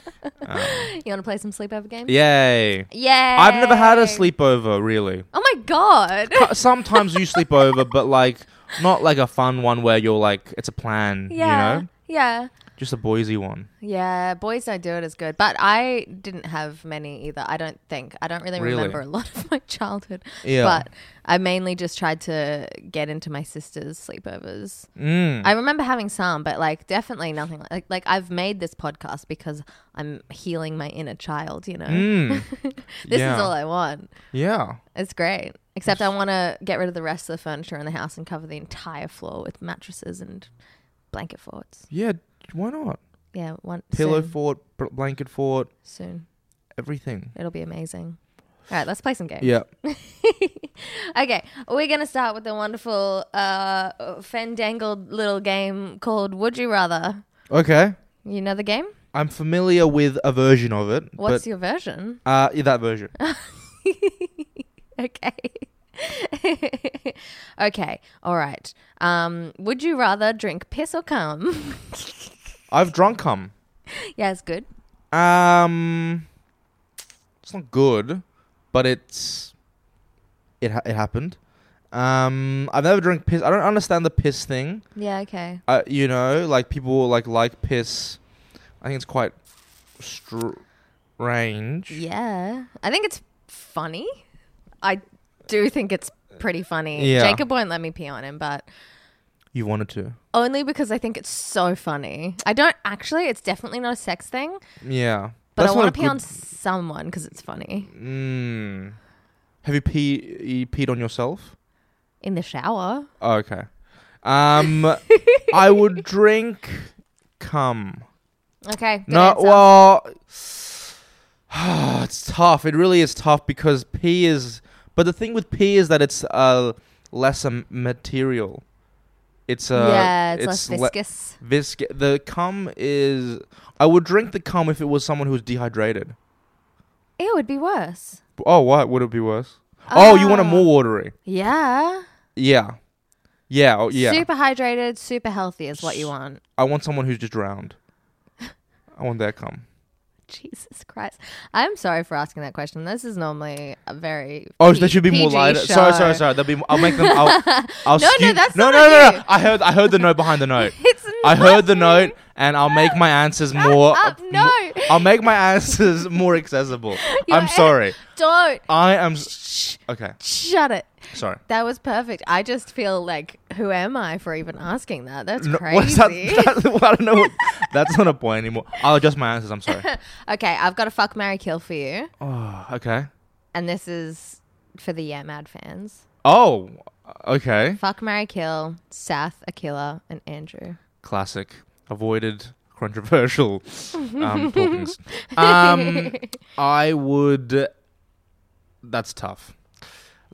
Speaker 7: Um,
Speaker 8: You want to play some sleepover games?
Speaker 7: yay!
Speaker 8: Yay!
Speaker 7: I've never had a sleepover, really.
Speaker 8: Oh my
Speaker 7: [LAUGHS]
Speaker 8: god. [LAUGHS]
Speaker 7: Ca- Sometimes you sleep over, but like not like a fun one where you're like it's a plan.
Speaker 8: Yeah.
Speaker 7: You know?
Speaker 8: Yeah.
Speaker 7: Just a Boise one.
Speaker 8: Yeah, boys don't do it as good. But I didn't have many either. I don't think. I don't really,
Speaker 7: Really?
Speaker 8: remember a lot of [LAUGHS] my childhood.
Speaker 7: Yeah.
Speaker 8: But I mainly just tried to get into my sister's sleepovers.
Speaker 7: Mm.
Speaker 8: I remember having some, but like definitely nothing like like, like I've made this podcast because I'm healing my inner child, you know.
Speaker 7: Mm.
Speaker 8: [LAUGHS] this
Speaker 7: Yeah.
Speaker 8: is all I want.
Speaker 7: Yeah.
Speaker 8: It's great. Except I want to get rid of the rest of the furniture in the house and cover the entire floor with mattresses and blanket forts.
Speaker 7: Yeah. Why not?
Speaker 8: Yeah, one
Speaker 7: Pillow
Speaker 8: soon.
Speaker 7: fort, br- blanket fort.
Speaker 8: Soon.
Speaker 7: Everything.
Speaker 8: It'll be amazing. All right, let's play some games.
Speaker 7: Yeah.
Speaker 8: okay, we're going to start with the wonderful uh, fandangled little game called Would You Rather.
Speaker 7: Okay.
Speaker 8: You know the game?
Speaker 7: I'm familiar with a version of it.
Speaker 8: What's
Speaker 7: but,
Speaker 8: your version? [LAUGHS]
Speaker 7: Uh, yeah, that version.
Speaker 8: okay. [LAUGHS] okay, all right. Um, would you rather drink piss or cum? [LAUGHS]
Speaker 7: I've drunk cum.
Speaker 8: yeah, it's good.
Speaker 7: Um, it's not good, but it's it ha- it happened. Um, I've never drank piss. I don't understand the piss thing.
Speaker 8: Yeah, okay.
Speaker 7: Uh, you know, like people like like piss. I think it's quite str- strange.
Speaker 8: Yeah. I think it's funny. I do think it's pretty funny.
Speaker 7: Yeah.
Speaker 8: Jacob won't let me pee on him, but
Speaker 7: You wanted to.
Speaker 8: only because I think it's so funny. I don't actually, it's definitely not a sex thing,
Speaker 7: Yeah.
Speaker 8: but I
Speaker 7: That's not
Speaker 8: want
Speaker 7: a
Speaker 8: to pee
Speaker 7: good-
Speaker 8: on someone because it's funny.
Speaker 7: Mm. Have you pee you peed on yourself?
Speaker 8: In the shower.
Speaker 7: Oh, okay.
Speaker 8: [LAUGHS]
Speaker 7: Um, I would drink cum.
Speaker 8: Okay. good
Speaker 7: no,
Speaker 8: answer.
Speaker 7: well, [SIGHS] it's tough. It really is tough because pee is. But the thing with pee is that it's uh less a m- material. It's uh
Speaker 8: Yeah, it's less
Speaker 7: le-
Speaker 8: viscous.
Speaker 7: visc- The cum is. I would drink the cum if it was someone who was dehydrated.
Speaker 8: It would be worse.
Speaker 7: Oh, what would it be worse? Oh, you want it more watery?
Speaker 8: Yeah.
Speaker 7: Yeah, yeah, oh, yeah.
Speaker 8: Super hydrated, super healthy is what you want. [LAUGHS]
Speaker 7: I want someone who's just drowned. I want that come.
Speaker 8: Jesus Christ. I'm sorry for asking that question. This is normally a very.
Speaker 7: Oh,
Speaker 8: P-
Speaker 7: they should be more
Speaker 8: PG
Speaker 7: lighter. Sorry,
Speaker 8: show.
Speaker 7: sorry, sorry. They'll be. I'll make them.
Speaker 8: [LAUGHS]
Speaker 7: I'll. I'll
Speaker 8: No, no,
Speaker 7: skew-
Speaker 8: that's
Speaker 7: no,
Speaker 8: not
Speaker 7: no, no, no.
Speaker 8: you.
Speaker 7: I heard. I heard the note
Speaker 8: [LAUGHS]
Speaker 7: behind the note. I heard the note, and I'll make my answers more.
Speaker 8: up, no.
Speaker 7: mo- I'll make my answers [LAUGHS] more accessible.
Speaker 8: Your
Speaker 7: I'm
Speaker 8: an-
Speaker 7: sorry.
Speaker 8: Don't.
Speaker 7: I am. s- Okay.
Speaker 8: Shut it.
Speaker 7: Sorry.
Speaker 8: That was perfect. I just feel like, who am I for even asking that? That's
Speaker 7: No, [LAUGHS]
Speaker 8: crazy.
Speaker 7: what is that? That- [LAUGHS] well, I don't know. What, that's not a point anymore. I'll adjust my answers.
Speaker 8: [LAUGHS]
Speaker 7: I'm sorry. [SIGHS]
Speaker 8: okay, I've got a fuck, Mary kill for you.
Speaker 7: Oh, okay.
Speaker 8: And this is for the Yeah Mad fans.
Speaker 7: Oh, okay.
Speaker 8: Fuck, Mary kill, Seth, Akila, and Andrew.
Speaker 7: Classic. Avoided controversial um, talkings. Um, I would. That's tough.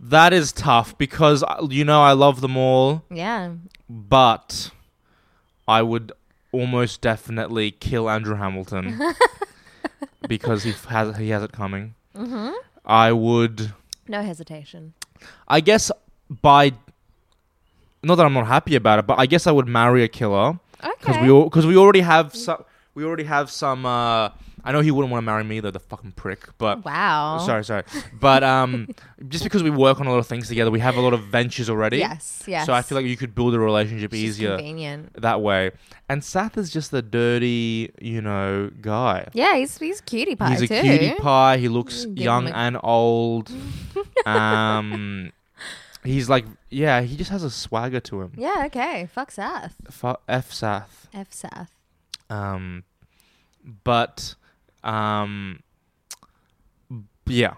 Speaker 7: That is tough because uh, you know I love them all,
Speaker 8: Yeah.
Speaker 7: but I would almost definitely kill Andrew Hamilton because he f- has he has it coming.
Speaker 8: hmm
Speaker 7: I would.
Speaker 8: No hesitation.
Speaker 7: I guess by not that I'm not happy about it, but I guess I would marry a killer because
Speaker 8: Okay.
Speaker 7: we all because we already have some we already have some. Uh, I know he wouldn't want to marry me though, the fucking prick. But
Speaker 8: Wow.
Speaker 7: sorry, sorry, but um, [LAUGHS] just because we work on a lot of things together, we have a lot of ventures already.
Speaker 8: Yes,
Speaker 7: So I
Speaker 8: yes.
Speaker 7: feel like you could build a relationship
Speaker 8: It's just
Speaker 7: easier
Speaker 8: convenient.
Speaker 7: that way. And Sath is just the dirty, you know, guy.
Speaker 8: Yeah, he's he's cutie pie
Speaker 7: He's a
Speaker 8: too.
Speaker 7: cutie pie. He looks
Speaker 8: Give him
Speaker 7: young
Speaker 8: a-
Speaker 7: and
Speaker 8: [LAUGHS]
Speaker 7: old. um, he's like, yeah, he just has a swagger to him.
Speaker 8: Yeah. Okay. Fuck Seth.
Speaker 7: F, F Sath.
Speaker 8: F Seth.
Speaker 7: Um, but, um, yeah.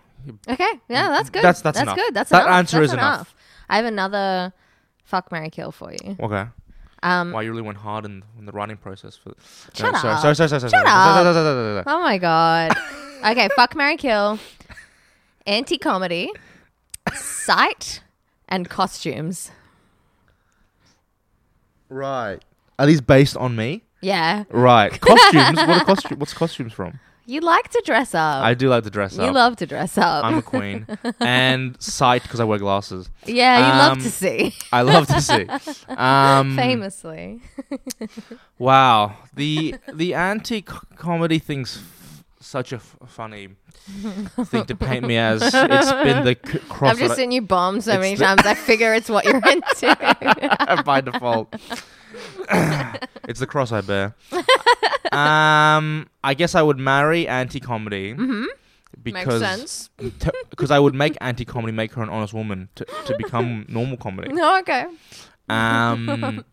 Speaker 8: Okay. Yeah, that's good.
Speaker 7: Mm, That's- that's enough.
Speaker 8: good. That's
Speaker 7: That
Speaker 8: enough.
Speaker 7: answer
Speaker 8: That's
Speaker 7: is enough.
Speaker 8: I have another fuck Mary kill for you.
Speaker 7: Okay.
Speaker 8: Um,
Speaker 7: wow, you really went hard in, in the writing process for.
Speaker 8: Shut
Speaker 7: no,
Speaker 8: up.
Speaker 7: Sorry, sorry, sorry, sorry,
Speaker 8: Shut
Speaker 7: sorry, sorry,
Speaker 8: up.
Speaker 7: sorry, sorry, sorry, sorry, sorry.
Speaker 8: Oh my god. okay, fuck Mary Kill. Anti comedy, sight, and costumes.
Speaker 7: Right. Are these based on me?
Speaker 8: Yeah.
Speaker 7: Right. Costumes. what are costume? What's costumes from?
Speaker 8: You like to dress up.
Speaker 7: I do like to dress
Speaker 8: You
Speaker 7: up.
Speaker 8: love to dress up.
Speaker 7: I'm a queen. and sight because I wear glasses.
Speaker 8: [LAUGHS] Yeah, you
Speaker 7: Um,
Speaker 8: love to see.
Speaker 7: I love to see. Um,
Speaker 8: Famously.
Speaker 7: Wow. The the anti comedy thing's f- such a f- funny thing to paint me as. It's been the c- cross.
Speaker 8: [LAUGHS] I've just
Speaker 7: that I-
Speaker 8: seen you bomb so
Speaker 7: it's
Speaker 8: many
Speaker 7: the-
Speaker 8: times. I figure it's what you're
Speaker 7: [LAUGHS]
Speaker 8: into. [LAUGHS]
Speaker 7: by default. it's the cross I bear. um, I guess I would marry anti comedy.
Speaker 8: Mhm.
Speaker 7: Because
Speaker 8: sense.
Speaker 7: because I would make anti comedy make her an honest woman to, to
Speaker 8: [LAUGHS]
Speaker 7: become normal comedy.
Speaker 8: No, okay. [LAUGHS]
Speaker 7: Um,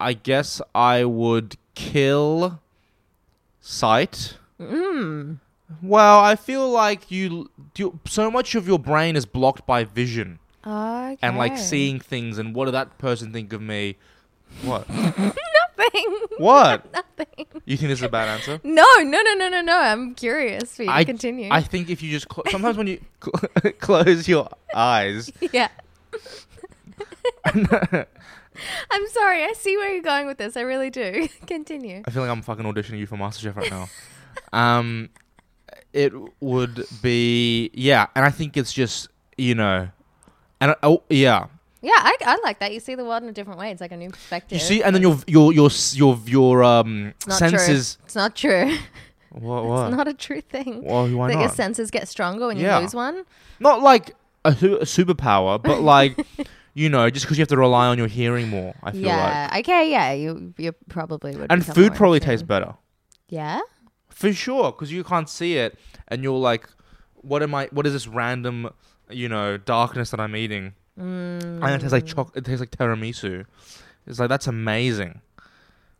Speaker 7: I guess I would kill sight.
Speaker 8: Mm.
Speaker 7: Well, I feel like you, you so much of your brain is blocked by vision
Speaker 8: Okay.
Speaker 7: and like seeing things and what did that person think of me? What? [LAUGHS]
Speaker 8: Nothing.
Speaker 7: What?
Speaker 8: [LAUGHS] Nothing.
Speaker 7: You think this is a bad answer?
Speaker 8: No, no, no, no, no, no. I'm curious for you to continue.
Speaker 7: I think if you just clo- sometimes when you [LAUGHS] cl- close your eyes, [LAUGHS]
Speaker 8: yeah. I'm sorry. I see where you're going with this. I really do. [LAUGHS] Continue.
Speaker 7: I feel like I'm fucking auditioning you for MasterChef right now. um, it would be yeah, and I think it's just you know, and I, oh yeah,
Speaker 8: Yeah, I, I like that. You see the world in a different way. It's like a new perspective.
Speaker 7: you see, and then your your your s- your your um
Speaker 8: It's not
Speaker 7: senses.
Speaker 8: True. It's not true. [LAUGHS]
Speaker 7: What what?
Speaker 8: It's not a true thing.
Speaker 7: Well, why
Speaker 8: that your
Speaker 7: not?
Speaker 8: senses get stronger when
Speaker 7: Yeah.
Speaker 8: you lose one.
Speaker 7: Not like a, su- a
Speaker 8: [LAUGHS]
Speaker 7: superpower, but like you know, just because you have to rely on your hearing more. I feel
Speaker 8: yeah.
Speaker 7: like,
Speaker 8: Okay. Yeah. You you probably would.
Speaker 7: and
Speaker 8: become
Speaker 7: food
Speaker 8: more
Speaker 7: probably
Speaker 8: attuned.
Speaker 7: tastes better.
Speaker 8: Yeah.
Speaker 7: For sure, because you can't see it, and you're like, "What am I? What is this random, you know, darkness that I'm eating?"
Speaker 8: Mm.
Speaker 7: And it tastes like choc. It tastes like tiramisu. It's like that's amazing.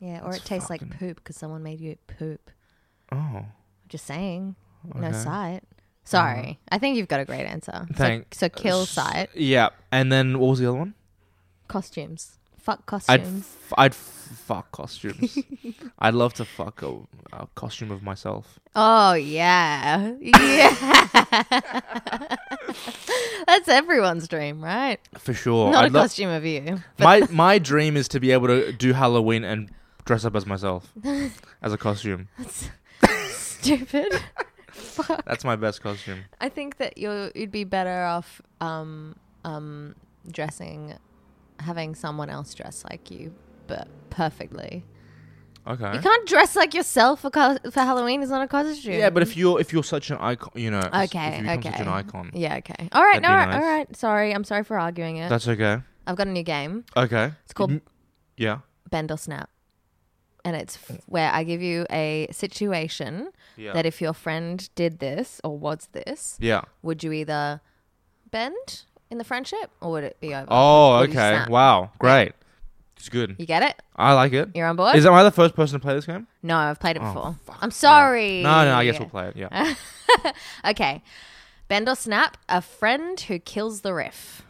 Speaker 8: Yeah. Or it tastes like poop because someone made you poop.
Speaker 7: Oh,
Speaker 8: Just saying. No
Speaker 7: Okay. Uh-huh.
Speaker 8: sight. Sorry. I think you've got a great answer. So-
Speaker 7: thank.
Speaker 8: So, kill
Speaker 7: s-
Speaker 8: sight.
Speaker 7: Yeah, and then what was the other one?
Speaker 8: Costumes. Fuck
Speaker 7: I'd
Speaker 8: costumes.
Speaker 7: f- I'd f- fuck
Speaker 8: [LAUGHS]
Speaker 7: costumes. I'd love to fuck a, a costume of myself.
Speaker 8: oh yeah. Yeah. [LAUGHS] That's everyone's dream, right?
Speaker 7: For sure.
Speaker 8: Not
Speaker 7: Oh, I'd
Speaker 8: a
Speaker 7: lo-
Speaker 8: costume of you. but-
Speaker 7: my my dream is to be able to do Halloween and
Speaker 8: [LAUGHS]
Speaker 7: dress up as myself as a costume. [LAUGHS]
Speaker 8: Stupid. fuck.
Speaker 7: That's my best costume.
Speaker 8: I think that you you'd be better off um, um, dressing, having someone else dress like you, but perfectly.
Speaker 7: Okay.
Speaker 8: You can't dress like yourself for cos- for Halloween. It's not a costume.
Speaker 7: Yeah, but if you're if you're such an icon, you know, s-
Speaker 8: Okay,
Speaker 7: if you become such
Speaker 8: okay.
Speaker 7: an icon.
Speaker 8: Yeah, okay. All right,
Speaker 7: that'd be
Speaker 8: all right,
Speaker 7: nice.
Speaker 8: all right. Sorry, I'm sorry for arguing it.
Speaker 7: That's okay.
Speaker 8: I've got a new game.
Speaker 7: Okay.
Speaker 8: It's called
Speaker 7: Mm, Yeah.
Speaker 8: Bend or Snap. And it's
Speaker 7: Mm.
Speaker 8: f- where I give you a situation
Speaker 7: Yeah.
Speaker 8: that if your friend did this or was this,
Speaker 7: Yeah.
Speaker 8: would you either bend in the friendship or would it be over?
Speaker 7: Oh,
Speaker 8: Would you
Speaker 7: okay.
Speaker 8: snap?
Speaker 7: Wow. Great. It's good.
Speaker 8: You get it?
Speaker 7: I like it.
Speaker 8: You're on board?
Speaker 7: Is am I the first person to play this game?
Speaker 8: No, I've played it
Speaker 7: Oh,
Speaker 8: before. I'm sorry.
Speaker 7: No, no, I guess we'll play
Speaker 8: [LAUGHS]
Speaker 7: it, yeah.
Speaker 8: okay. Bend or Snap, a friend who kills the riff.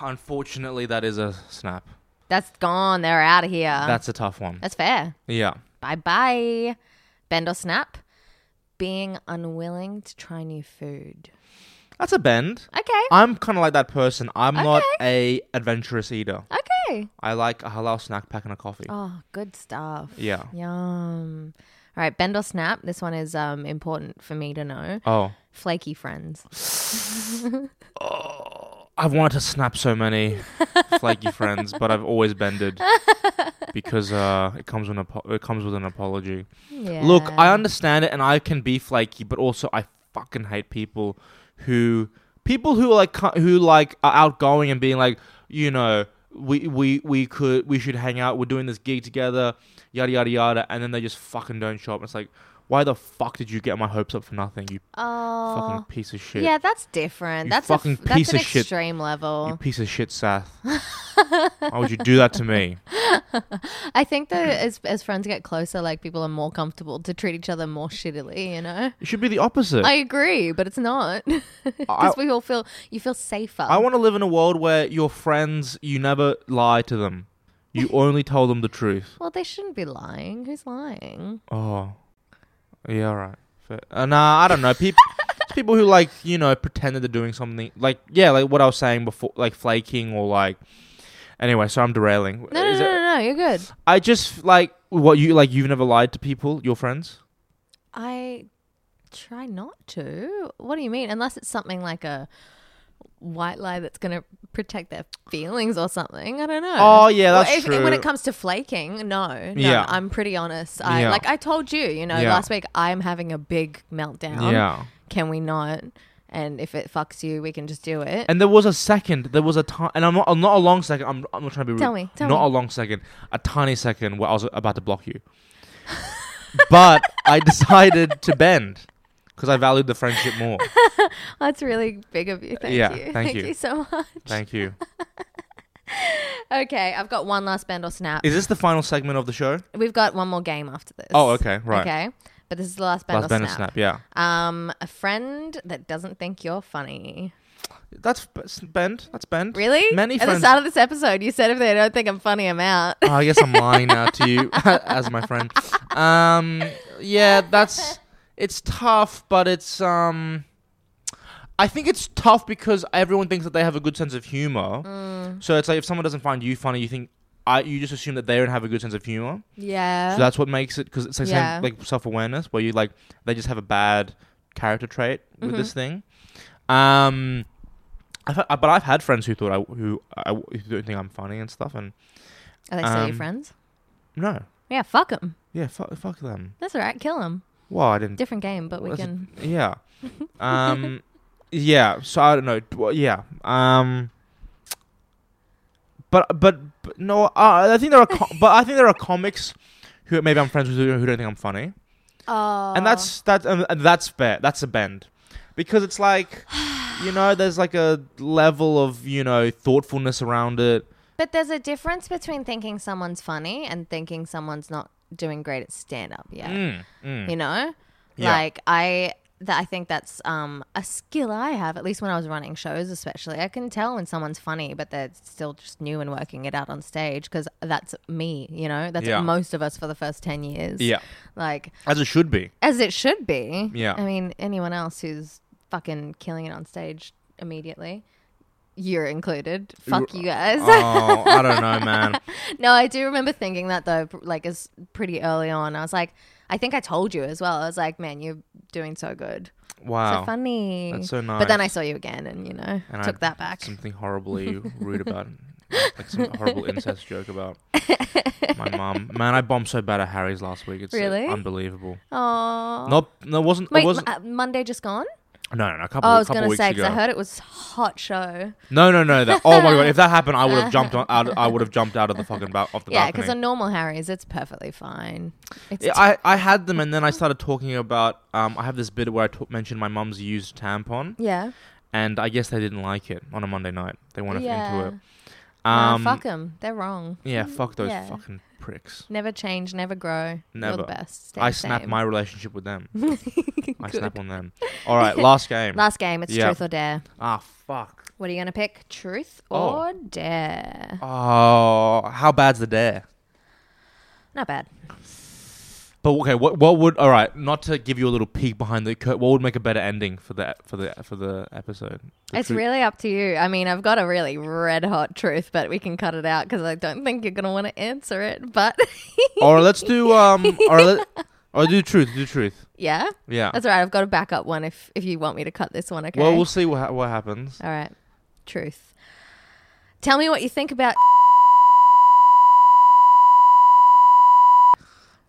Speaker 7: Unfortunately, that is a snap.
Speaker 8: That's gone. They're out of here.
Speaker 7: That's a tough one.
Speaker 8: Uh. That's fair.
Speaker 7: Yeah.
Speaker 8: Bye bye. Bend or snap. Being unwilling to try new food.
Speaker 7: That's a bend.
Speaker 8: Okay.
Speaker 7: I'm kind of like that person. I'm not a adventurous eater.
Speaker 8: Okay.
Speaker 7: I like a halal snack pack and a coffee.
Speaker 8: Oh, good stuff.
Speaker 7: Yeah.
Speaker 8: Yum. All right, bend or snap. This one is um important for me to know.
Speaker 7: Oh.
Speaker 8: Flaky friends.
Speaker 7: I've wanted to snap so many flaky friends, but I've always bended because uh, it comes with an apo- it comes with an apology. Look, I
Speaker 9: Yeah.
Speaker 7: understand it, and I can be flaky, but also I fucking hate people who people who are like cu- who like are outgoing and being like, you know, we we we could we should hang out. We're doing this gig together, yada yada yada, and then they just fucking don't show up. It's like, why the fuck did you get my hopes up for nothing? You
Speaker 8: Oh.
Speaker 7: fucking piece of shit.
Speaker 8: Yeah, that's different.
Speaker 7: You
Speaker 8: that's
Speaker 7: fucking
Speaker 8: a, f- that's
Speaker 7: piece
Speaker 8: an
Speaker 7: of shit.
Speaker 8: extreme
Speaker 7: You
Speaker 8: level.
Speaker 7: piece of
Speaker 8: [LAUGHS]
Speaker 7: shit, Seth. Why would you do that to me?
Speaker 8: I think
Speaker 7: [CLEARS THROAT]
Speaker 8: that as as friends get closer, like people are more comfortable to treat each other more shittily. You know.
Speaker 7: It should be the opposite.
Speaker 8: I agree, but it's not [LAUGHS] because we all feel you feel safer.
Speaker 7: I want to live in a world where your friends, you never lie to them.
Speaker 8: [LAUGHS]
Speaker 7: You only tell them the truth.
Speaker 8: Well, they shouldn't be lying. Who's lying?
Speaker 7: Oh. Yeah, all right. Fair. Uh, nah, I don't know. People, people who, like, you know, pretend that they're doing something. Like, yeah, like what I was saying before, like flaking or like. Anyway, so I'm derailing.
Speaker 8: No, no,
Speaker 7: Is
Speaker 8: no,
Speaker 7: it-
Speaker 8: no, no. You're good.
Speaker 7: I just, like, what you, like, you've never lied to people, your friends?
Speaker 8: I try not to. What do you mean? Unless it's something like a white lie that's going to protect their feelings or something. I don't know.
Speaker 7: Oh, yeah,
Speaker 8: Well,
Speaker 7: that's
Speaker 8: if- When it
Speaker 7: true.
Speaker 8: comes to flaking, no, no,
Speaker 7: Yeah.
Speaker 8: I'm pretty honest. I
Speaker 7: Yeah.
Speaker 8: like I told you, you know,
Speaker 7: Yeah.
Speaker 8: last week I'm having a big meltdown.
Speaker 7: Yeah.
Speaker 8: Can we not? And if it fucks you, we can just do it.
Speaker 7: And there was a second, there was a time, and I'm not, I'm not a long second. I'm, I'm not trying to be rude.
Speaker 8: Tell me, tell
Speaker 7: not
Speaker 8: me.
Speaker 7: a long second, a tiny second where I was about to block you, [LAUGHS] but I decided to bend because I valued the friendship
Speaker 8: [LAUGHS]
Speaker 7: more.
Speaker 8: that's really big of you. Thank
Speaker 7: yeah,
Speaker 8: you.
Speaker 7: thank,
Speaker 8: you. so much. [LAUGHS]
Speaker 7: Thank you.
Speaker 8: Okay, I've got one last bend or snap.
Speaker 7: Is this the final segment of the show?
Speaker 8: We've got one more game after this.
Speaker 7: Oh, okay, right.
Speaker 8: Okay, but this is the last bend
Speaker 7: Last
Speaker 8: or
Speaker 7: bend or
Speaker 8: snap.
Speaker 7: snap, yeah.
Speaker 8: Um, a friend that doesn't think you're funny.
Speaker 7: That's b- s- bend. That's bend.
Speaker 8: Really?
Speaker 7: Many
Speaker 8: At the
Speaker 7: friends.
Speaker 8: start of this episode, you said if they don't think I'm funny, I'm out.
Speaker 7: Oh, I guess I'm lying now to you [LAUGHS] as my friend. Um, yeah, that's it's tough, but it's um, I think it's tough because everyone thinks that they have a good sense of humor.
Speaker 8: Mm.
Speaker 7: So it's like if someone doesn't find you funny, you think I you just assume that they don't have a good sense of humor.
Speaker 8: [LAUGHS] Yeah.
Speaker 7: So that's what makes it because it's like, same-
Speaker 8: Yeah.
Speaker 7: like self awareness where you like they just have a bad character trait with
Speaker 8: Mhm.
Speaker 7: this thing. Um, I've, ha- but I've had friends who thought I who I who don't think I'm funny and stuff and.
Speaker 8: Are they still your
Speaker 7: um,
Speaker 8: friends?
Speaker 7: No.
Speaker 8: Yeah, fuck them.
Speaker 7: Yeah, fuck, fuck them.
Speaker 8: That's all right. Kill them.
Speaker 7: Well, I didn't.
Speaker 8: Different game, but we
Speaker 7: That's-
Speaker 8: can.
Speaker 7: Yeah. Um. yeah. So I don't know. D- well, Yeah. Um. But but, but no. Uh, I think there are. Com- but I think there are comics who maybe I'm friends with who who don't think I'm funny.
Speaker 8: Oh.
Speaker 7: And that's that's and and that's fair. That's a bend, because it's like, you know, there's like a level of you know thoughtfulness around it.
Speaker 8: But there's a difference between thinking someone's funny and thinking someone's not doing great at stand up yet.
Speaker 7: Mm, mm.
Speaker 8: You know?
Speaker 7: Yeah.
Speaker 8: Like I that I think that's um, a skill I have, at least when I was running shows especially. I can tell when someone's funny, but they're still just new and working it out on stage because that's me, you know? That's
Speaker 7: Yeah.
Speaker 8: most of us for the first 10 years.
Speaker 7: Yeah.
Speaker 8: Like
Speaker 7: As it should be.
Speaker 8: as it should be.
Speaker 7: Yeah.
Speaker 8: I mean, anyone else who's fucking killing it on stage immediately, you're included. Fuck you guys.
Speaker 7: Oh, I don't know, man.
Speaker 8: no, I do remember thinking that though, pr- like as pretty early on. I was like, I think I told you as well. I was like, man, you're doing so good.
Speaker 7: Wow.
Speaker 8: So funny.
Speaker 7: Oh, That's so
Speaker 8: But then I
Speaker 7: nice.
Speaker 8: saw you again and, you know,
Speaker 7: And
Speaker 8: took
Speaker 7: I-
Speaker 8: that back. [LAUGHS]
Speaker 7: Something horribly rude about, like some horrible incest joke about
Speaker 8: [LAUGHS]
Speaker 7: my mom. Man, I bombed so bad at Harry's last week. It's uh,
Speaker 8: Really?
Speaker 7: unbelievable.
Speaker 8: Oh.
Speaker 7: No, no, it wasn't.
Speaker 8: Wait,
Speaker 7: it wasn't.
Speaker 8: m- uh, Monday just gone?
Speaker 7: no, no, no, a couple.
Speaker 8: oh, I was
Speaker 7: couple
Speaker 8: gonna
Speaker 7: weeks
Speaker 8: say
Speaker 7: ago.
Speaker 8: because I heard it was hot show.
Speaker 7: No, no, no. That, oh my god! If that happened, I would have jumped on, out. I would have jumped out
Speaker 8: [LAUGHS]
Speaker 7: of the fucking ba- off the
Speaker 8: Yeah,
Speaker 7: balcony.
Speaker 8: because on normal Harry's, it's perfectly fine. It's
Speaker 7: Yeah, I, I had them, and then I started talking about. Um, I have this bit where I t- mentioned my mum's used tampon.
Speaker 8: Yeah.
Speaker 7: And I guess they didn't like it on a Monday night. They wanted
Speaker 8: Yeah.
Speaker 7: into it.
Speaker 8: Nah,
Speaker 7: Um,
Speaker 8: fuck them. They're wrong.
Speaker 7: Yeah, fuck those
Speaker 8: Yeah.
Speaker 7: fucking pricks.
Speaker 8: Never change, never grow.
Speaker 7: Never.
Speaker 8: You're the best. Stay
Speaker 7: I
Speaker 8: the
Speaker 7: snap
Speaker 8: same.
Speaker 7: my relationship
Speaker 8: [LAUGHS]
Speaker 7: with them. I snap
Speaker 8: Good.
Speaker 7: on them.
Speaker 8: [LAUGHS]
Speaker 7: All right, last game.
Speaker 8: Last game. It's
Speaker 7: Yeah.
Speaker 8: truth or dare.
Speaker 7: Ah, fuck.
Speaker 8: What are you gonna pick? Truth
Speaker 7: Oh.
Speaker 8: or dare?
Speaker 7: Oh, how bad's the dare?
Speaker 8: Not bad.
Speaker 7: But okay, what what would all right? Not to give you a little peek behind the curtain. What would make a better ending for the for the for the episode? The
Speaker 8: it's
Speaker 7: truth-
Speaker 8: really up to you. I mean, I've got a really red hot truth, but we can cut it out because I don't think you're gonna want to answer it. But [LAUGHS]
Speaker 7: Or let's do um. Or let or do truth. Do truth.
Speaker 8: yeah,
Speaker 7: Yeah.
Speaker 8: that's all right. I've got a backup one if if you want me to cut this one. Okay. Uh,
Speaker 7: Well, we'll see what ha- what happens.
Speaker 8: All right. Truth. Tell me what you think about. [LAUGHS]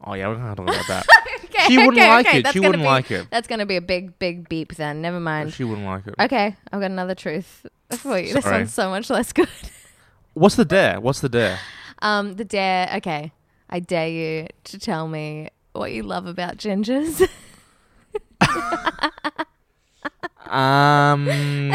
Speaker 7: Oh yeah, we're gonna have to look
Speaker 8: [LAUGHS]
Speaker 7: at that.
Speaker 8: Okay,
Speaker 7: She wouldn't
Speaker 8: okay,
Speaker 7: like
Speaker 8: okay,
Speaker 7: it.
Speaker 8: that's
Speaker 7: She
Speaker 8: gonna
Speaker 7: wouldn't
Speaker 8: be-
Speaker 7: like it.
Speaker 8: That's going to be a big, big beep then. Never mind.
Speaker 7: She wouldn't like it.
Speaker 8: Okay, I've got another truth for you. This
Speaker 7: Sorry.
Speaker 8: one's so much less good. [LAUGHS]
Speaker 7: What's the dare? What's the dare?
Speaker 8: Um, the dare. Okay, I dare you to tell me what you love about gingers. [LAUGHS] [LAUGHS]
Speaker 7: Um,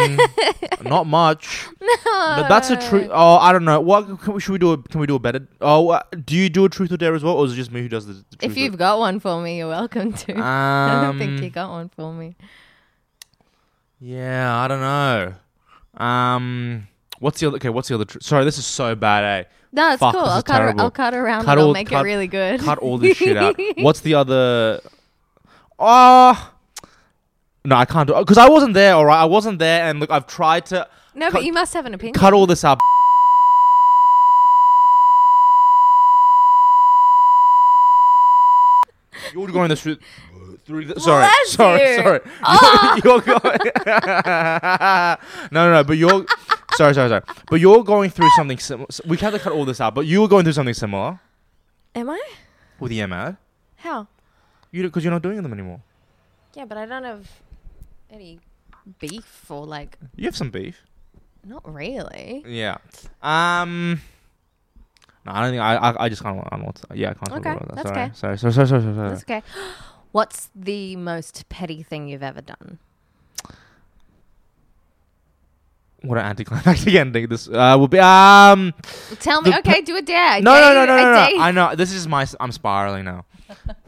Speaker 7: not much. But that's a truth. Oh, I don't know. What can we, should we do? A, can we do a better? Oh, uh, do you do a truth or dare as well, or is it just me who does the, the truth?
Speaker 8: if
Speaker 7: or-
Speaker 8: you've got one for me, you're welcome to. [LAUGHS] I don't think you
Speaker 7: [LAUGHS] Um,
Speaker 8: got one for me.
Speaker 7: yeah, I don't know. Um, what's the other? Okay, what's the other? Tr- Sorry, this is so bad. Eh?
Speaker 8: No, it's
Speaker 7: Fuck,
Speaker 8: cool.
Speaker 7: this is
Speaker 8: I'll cut ar-
Speaker 7: terrible.
Speaker 8: I'll cut around and I'll make it really good.
Speaker 7: eh? Cut all this
Speaker 8: [LAUGHS]
Speaker 7: shit out. What's the other? Oh. No, I can't do because I wasn't there. All right, I wasn't there, and look, I've tried to
Speaker 8: No, but you must have an opinion.
Speaker 7: cut all this up. [LAUGHS] You're going this through. through the, sorry,
Speaker 4: Bless
Speaker 7: sorry,
Speaker 4: you.
Speaker 8: [LAUGHS]
Speaker 7: sorry.
Speaker 4: Oh.
Speaker 7: [LAUGHS] You're, you're going. no, no, no. But you're. sorry, sorry, sorry. But you're going through something similar. We had to cut all this out. But you were going through something similar
Speaker 8: Am I?
Speaker 7: with the ML.
Speaker 8: How?
Speaker 7: You because you're not doing them anymore.
Speaker 8: Yeah, but I don't have any beef or like.
Speaker 7: You have some beef.
Speaker 8: Not really.
Speaker 7: Yeah. Um. No, I don't think I. I, I just can't. I don't want to, yeah, I can't talk
Speaker 8: Okay,
Speaker 7: about that.
Speaker 8: that's
Speaker 7: sorry.
Speaker 8: okay.
Speaker 7: sorry, sorry, sorry, sorry, sorry, sorry.
Speaker 8: That's okay. [GASPS] What's the most petty thing you've ever done?
Speaker 7: What an anticlimactic [LAUGHS] ending this uh, will be. Um,
Speaker 8: Tell me.
Speaker 7: the
Speaker 8: okay,
Speaker 7: pe-
Speaker 8: do a dare. I
Speaker 7: no,
Speaker 8: dare
Speaker 7: no,
Speaker 8: you,
Speaker 7: no, no,
Speaker 8: I
Speaker 7: no,
Speaker 8: dare
Speaker 7: no.
Speaker 8: you.
Speaker 7: I know this is my. s- I'm spiraling now.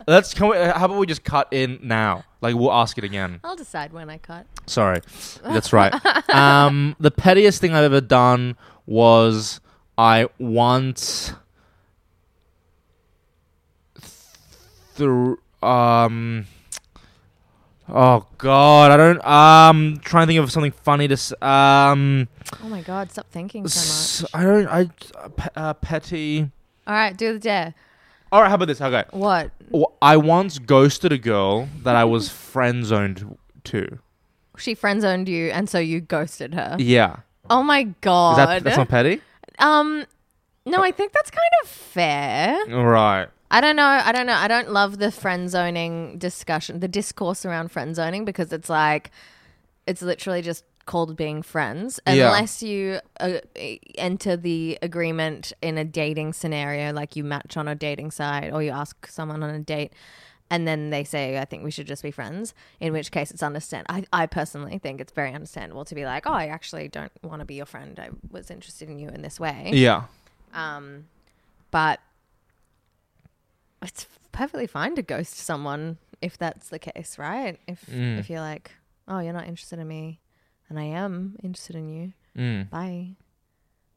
Speaker 7: Let's. Can we, uh, how about we just cut in now? Like we'll ask it again.
Speaker 8: I'll decide when I cut.
Speaker 7: Sorry, that's right. Um, the pettiest thing I've ever done was I once through um. Oh God, I don't. Um, trying to think of something funny to. s- Um,
Speaker 8: Oh my god, stop thinking so
Speaker 7: S-
Speaker 8: much.
Speaker 7: I don't. I uh, pe- uh, petty.
Speaker 8: All right, do the dare.
Speaker 7: All right. How about this? Okay.
Speaker 8: What?
Speaker 7: Wh- I once ghosted a girl that
Speaker 8: [LAUGHS]
Speaker 7: I was friend zoned to.
Speaker 8: She friend zoned you, and so you ghosted her.
Speaker 7: Yeah.
Speaker 8: Oh my
Speaker 7: Is
Speaker 8: god.
Speaker 7: that that's not petty?
Speaker 8: um, no, I think that's kind of fair.
Speaker 7: All right.
Speaker 8: I don't know. I don't know. I don't love the friend zoning discussion, the discourse around friend zoning, because it's like, it's literally just called being friends.
Speaker 9: Yeah.
Speaker 8: Unless you uh, enter the agreement in a dating scenario, like you match on a dating site or you ask someone on a date. And then they say, I think we should just be friends, in which case it's understand. I, I personally think it's very understandable to be like, oh, I actually don't want to be your friend. I was interested in you in this way.
Speaker 7: Yeah.
Speaker 8: Um, but it's perfectly fine to ghost someone if that's the case, right? If
Speaker 7: Mm.
Speaker 8: if you're like, oh, you're not interested in me, and I am interested in you.
Speaker 7: Mm.
Speaker 8: Bye.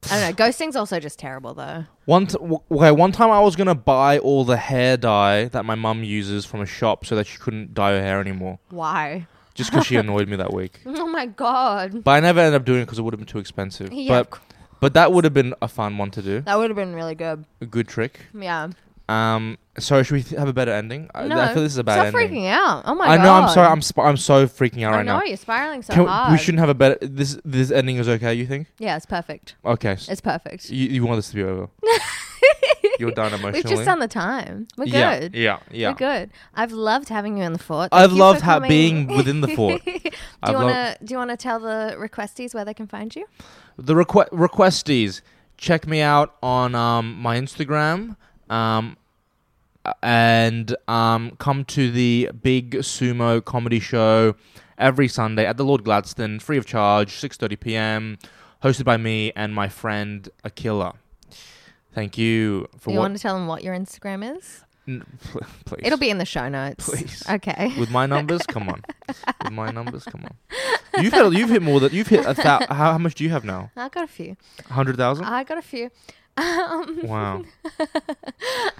Speaker 8: I don't
Speaker 7: [LAUGHS]
Speaker 8: know. Ghosting's also just terrible, though.
Speaker 7: One t- w- okay, one time I was gonna buy all the hair dye that my mum uses from a shop so that she couldn't dye her hair anymore,
Speaker 8: Why? [LAUGHS]
Speaker 7: just because she annoyed me that week.
Speaker 8: Oh my god,
Speaker 7: But I never ended up doing it because it would have been too expensive.
Speaker 8: Yeah, of
Speaker 7: but but that would have been a fun one to do,
Speaker 8: that would have been really good.
Speaker 7: a good trick.
Speaker 8: Yeah.
Speaker 7: Um, so should we th- have a better ending? I-
Speaker 8: No,
Speaker 7: I feel this is a bad
Speaker 8: stop
Speaker 7: ending.
Speaker 8: freaking out. Oh my
Speaker 7: I know. I'm
Speaker 8: God.
Speaker 7: sorry. I'm sp- I'm so freaking out
Speaker 8: I
Speaker 7: right now.
Speaker 8: know, you're spiraling so
Speaker 7: Can we- We
Speaker 8: hard.
Speaker 7: shouldn't have a better. This this ending is okay. You think?
Speaker 8: Yeah, it's perfect.
Speaker 7: Okay. s-
Speaker 8: It's perfect.
Speaker 7: You, you want this to
Speaker 8: [LAUGHS]
Speaker 7: be over? You're done emotionally.
Speaker 8: We've just done the time. We're
Speaker 7: Yeah,
Speaker 8: good.
Speaker 7: yeah, yeah.
Speaker 8: We're good. I've loved having you in the fort.
Speaker 7: I've
Speaker 8: Thank you
Speaker 7: loved
Speaker 8: for
Speaker 7: ha-
Speaker 8: coming.
Speaker 7: being within the
Speaker 8: [LAUGHS]
Speaker 7: fort.
Speaker 8: do you
Speaker 7: I've lo-
Speaker 8: want to do you want to tell the requestees where they can find you?
Speaker 7: the requ- requestees check me out on um, my instagram um, and um, come to the big sumo comedy show every sunday at the lord gladstone free of charge 6.30pm hosted by me and my friend akila thank you for
Speaker 8: Do you
Speaker 7: what
Speaker 8: want to tell them what your Instagram is?
Speaker 7: N- [LAUGHS] pl- please
Speaker 8: It'll be in the show notes.
Speaker 7: Please.
Speaker 8: Okay.
Speaker 7: with my numbers
Speaker 8: [LAUGHS]
Speaker 7: come on with my numbers come on you've hit you've hit more than you've hit a thou- how, how much do you have now
Speaker 8: I got a few.
Speaker 7: 100000
Speaker 8: I got a few. [LAUGHS] Um,
Speaker 7: wow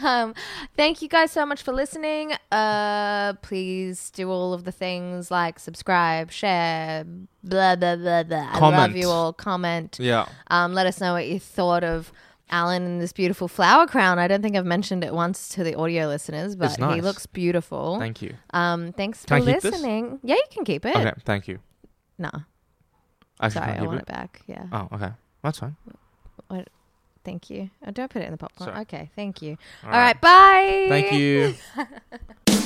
Speaker 8: um, thank you guys so much for listening. Uh, please do all of the things like subscribe, share, blah blah blah blah. I love
Speaker 7: Comment.
Speaker 8: you all. Comment.
Speaker 7: Yeah.
Speaker 8: Um, let us know what you thought of Alan and this beautiful flower crown. I don't think I've mentioned it once to the audio listeners, but
Speaker 7: It's nice.
Speaker 8: he looks beautiful.
Speaker 7: Thank you.
Speaker 8: Um, thanks
Speaker 7: Can
Speaker 8: for
Speaker 7: I keep this?
Speaker 8: listening. Yeah, you can keep it.
Speaker 7: okay thank you
Speaker 8: No,
Speaker 7: Actually,
Speaker 8: sorry,
Speaker 7: can
Speaker 8: I
Speaker 7: give
Speaker 8: want it back. Yeah.
Speaker 7: Oh, okay. That's fine.
Speaker 8: What? Thank you. Oh, do I put it in the popcorn?
Speaker 7: Sorry.
Speaker 8: Okay, thank you.
Speaker 7: All
Speaker 8: All right. bye.
Speaker 7: right. Thank you.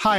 Speaker 11: Hi,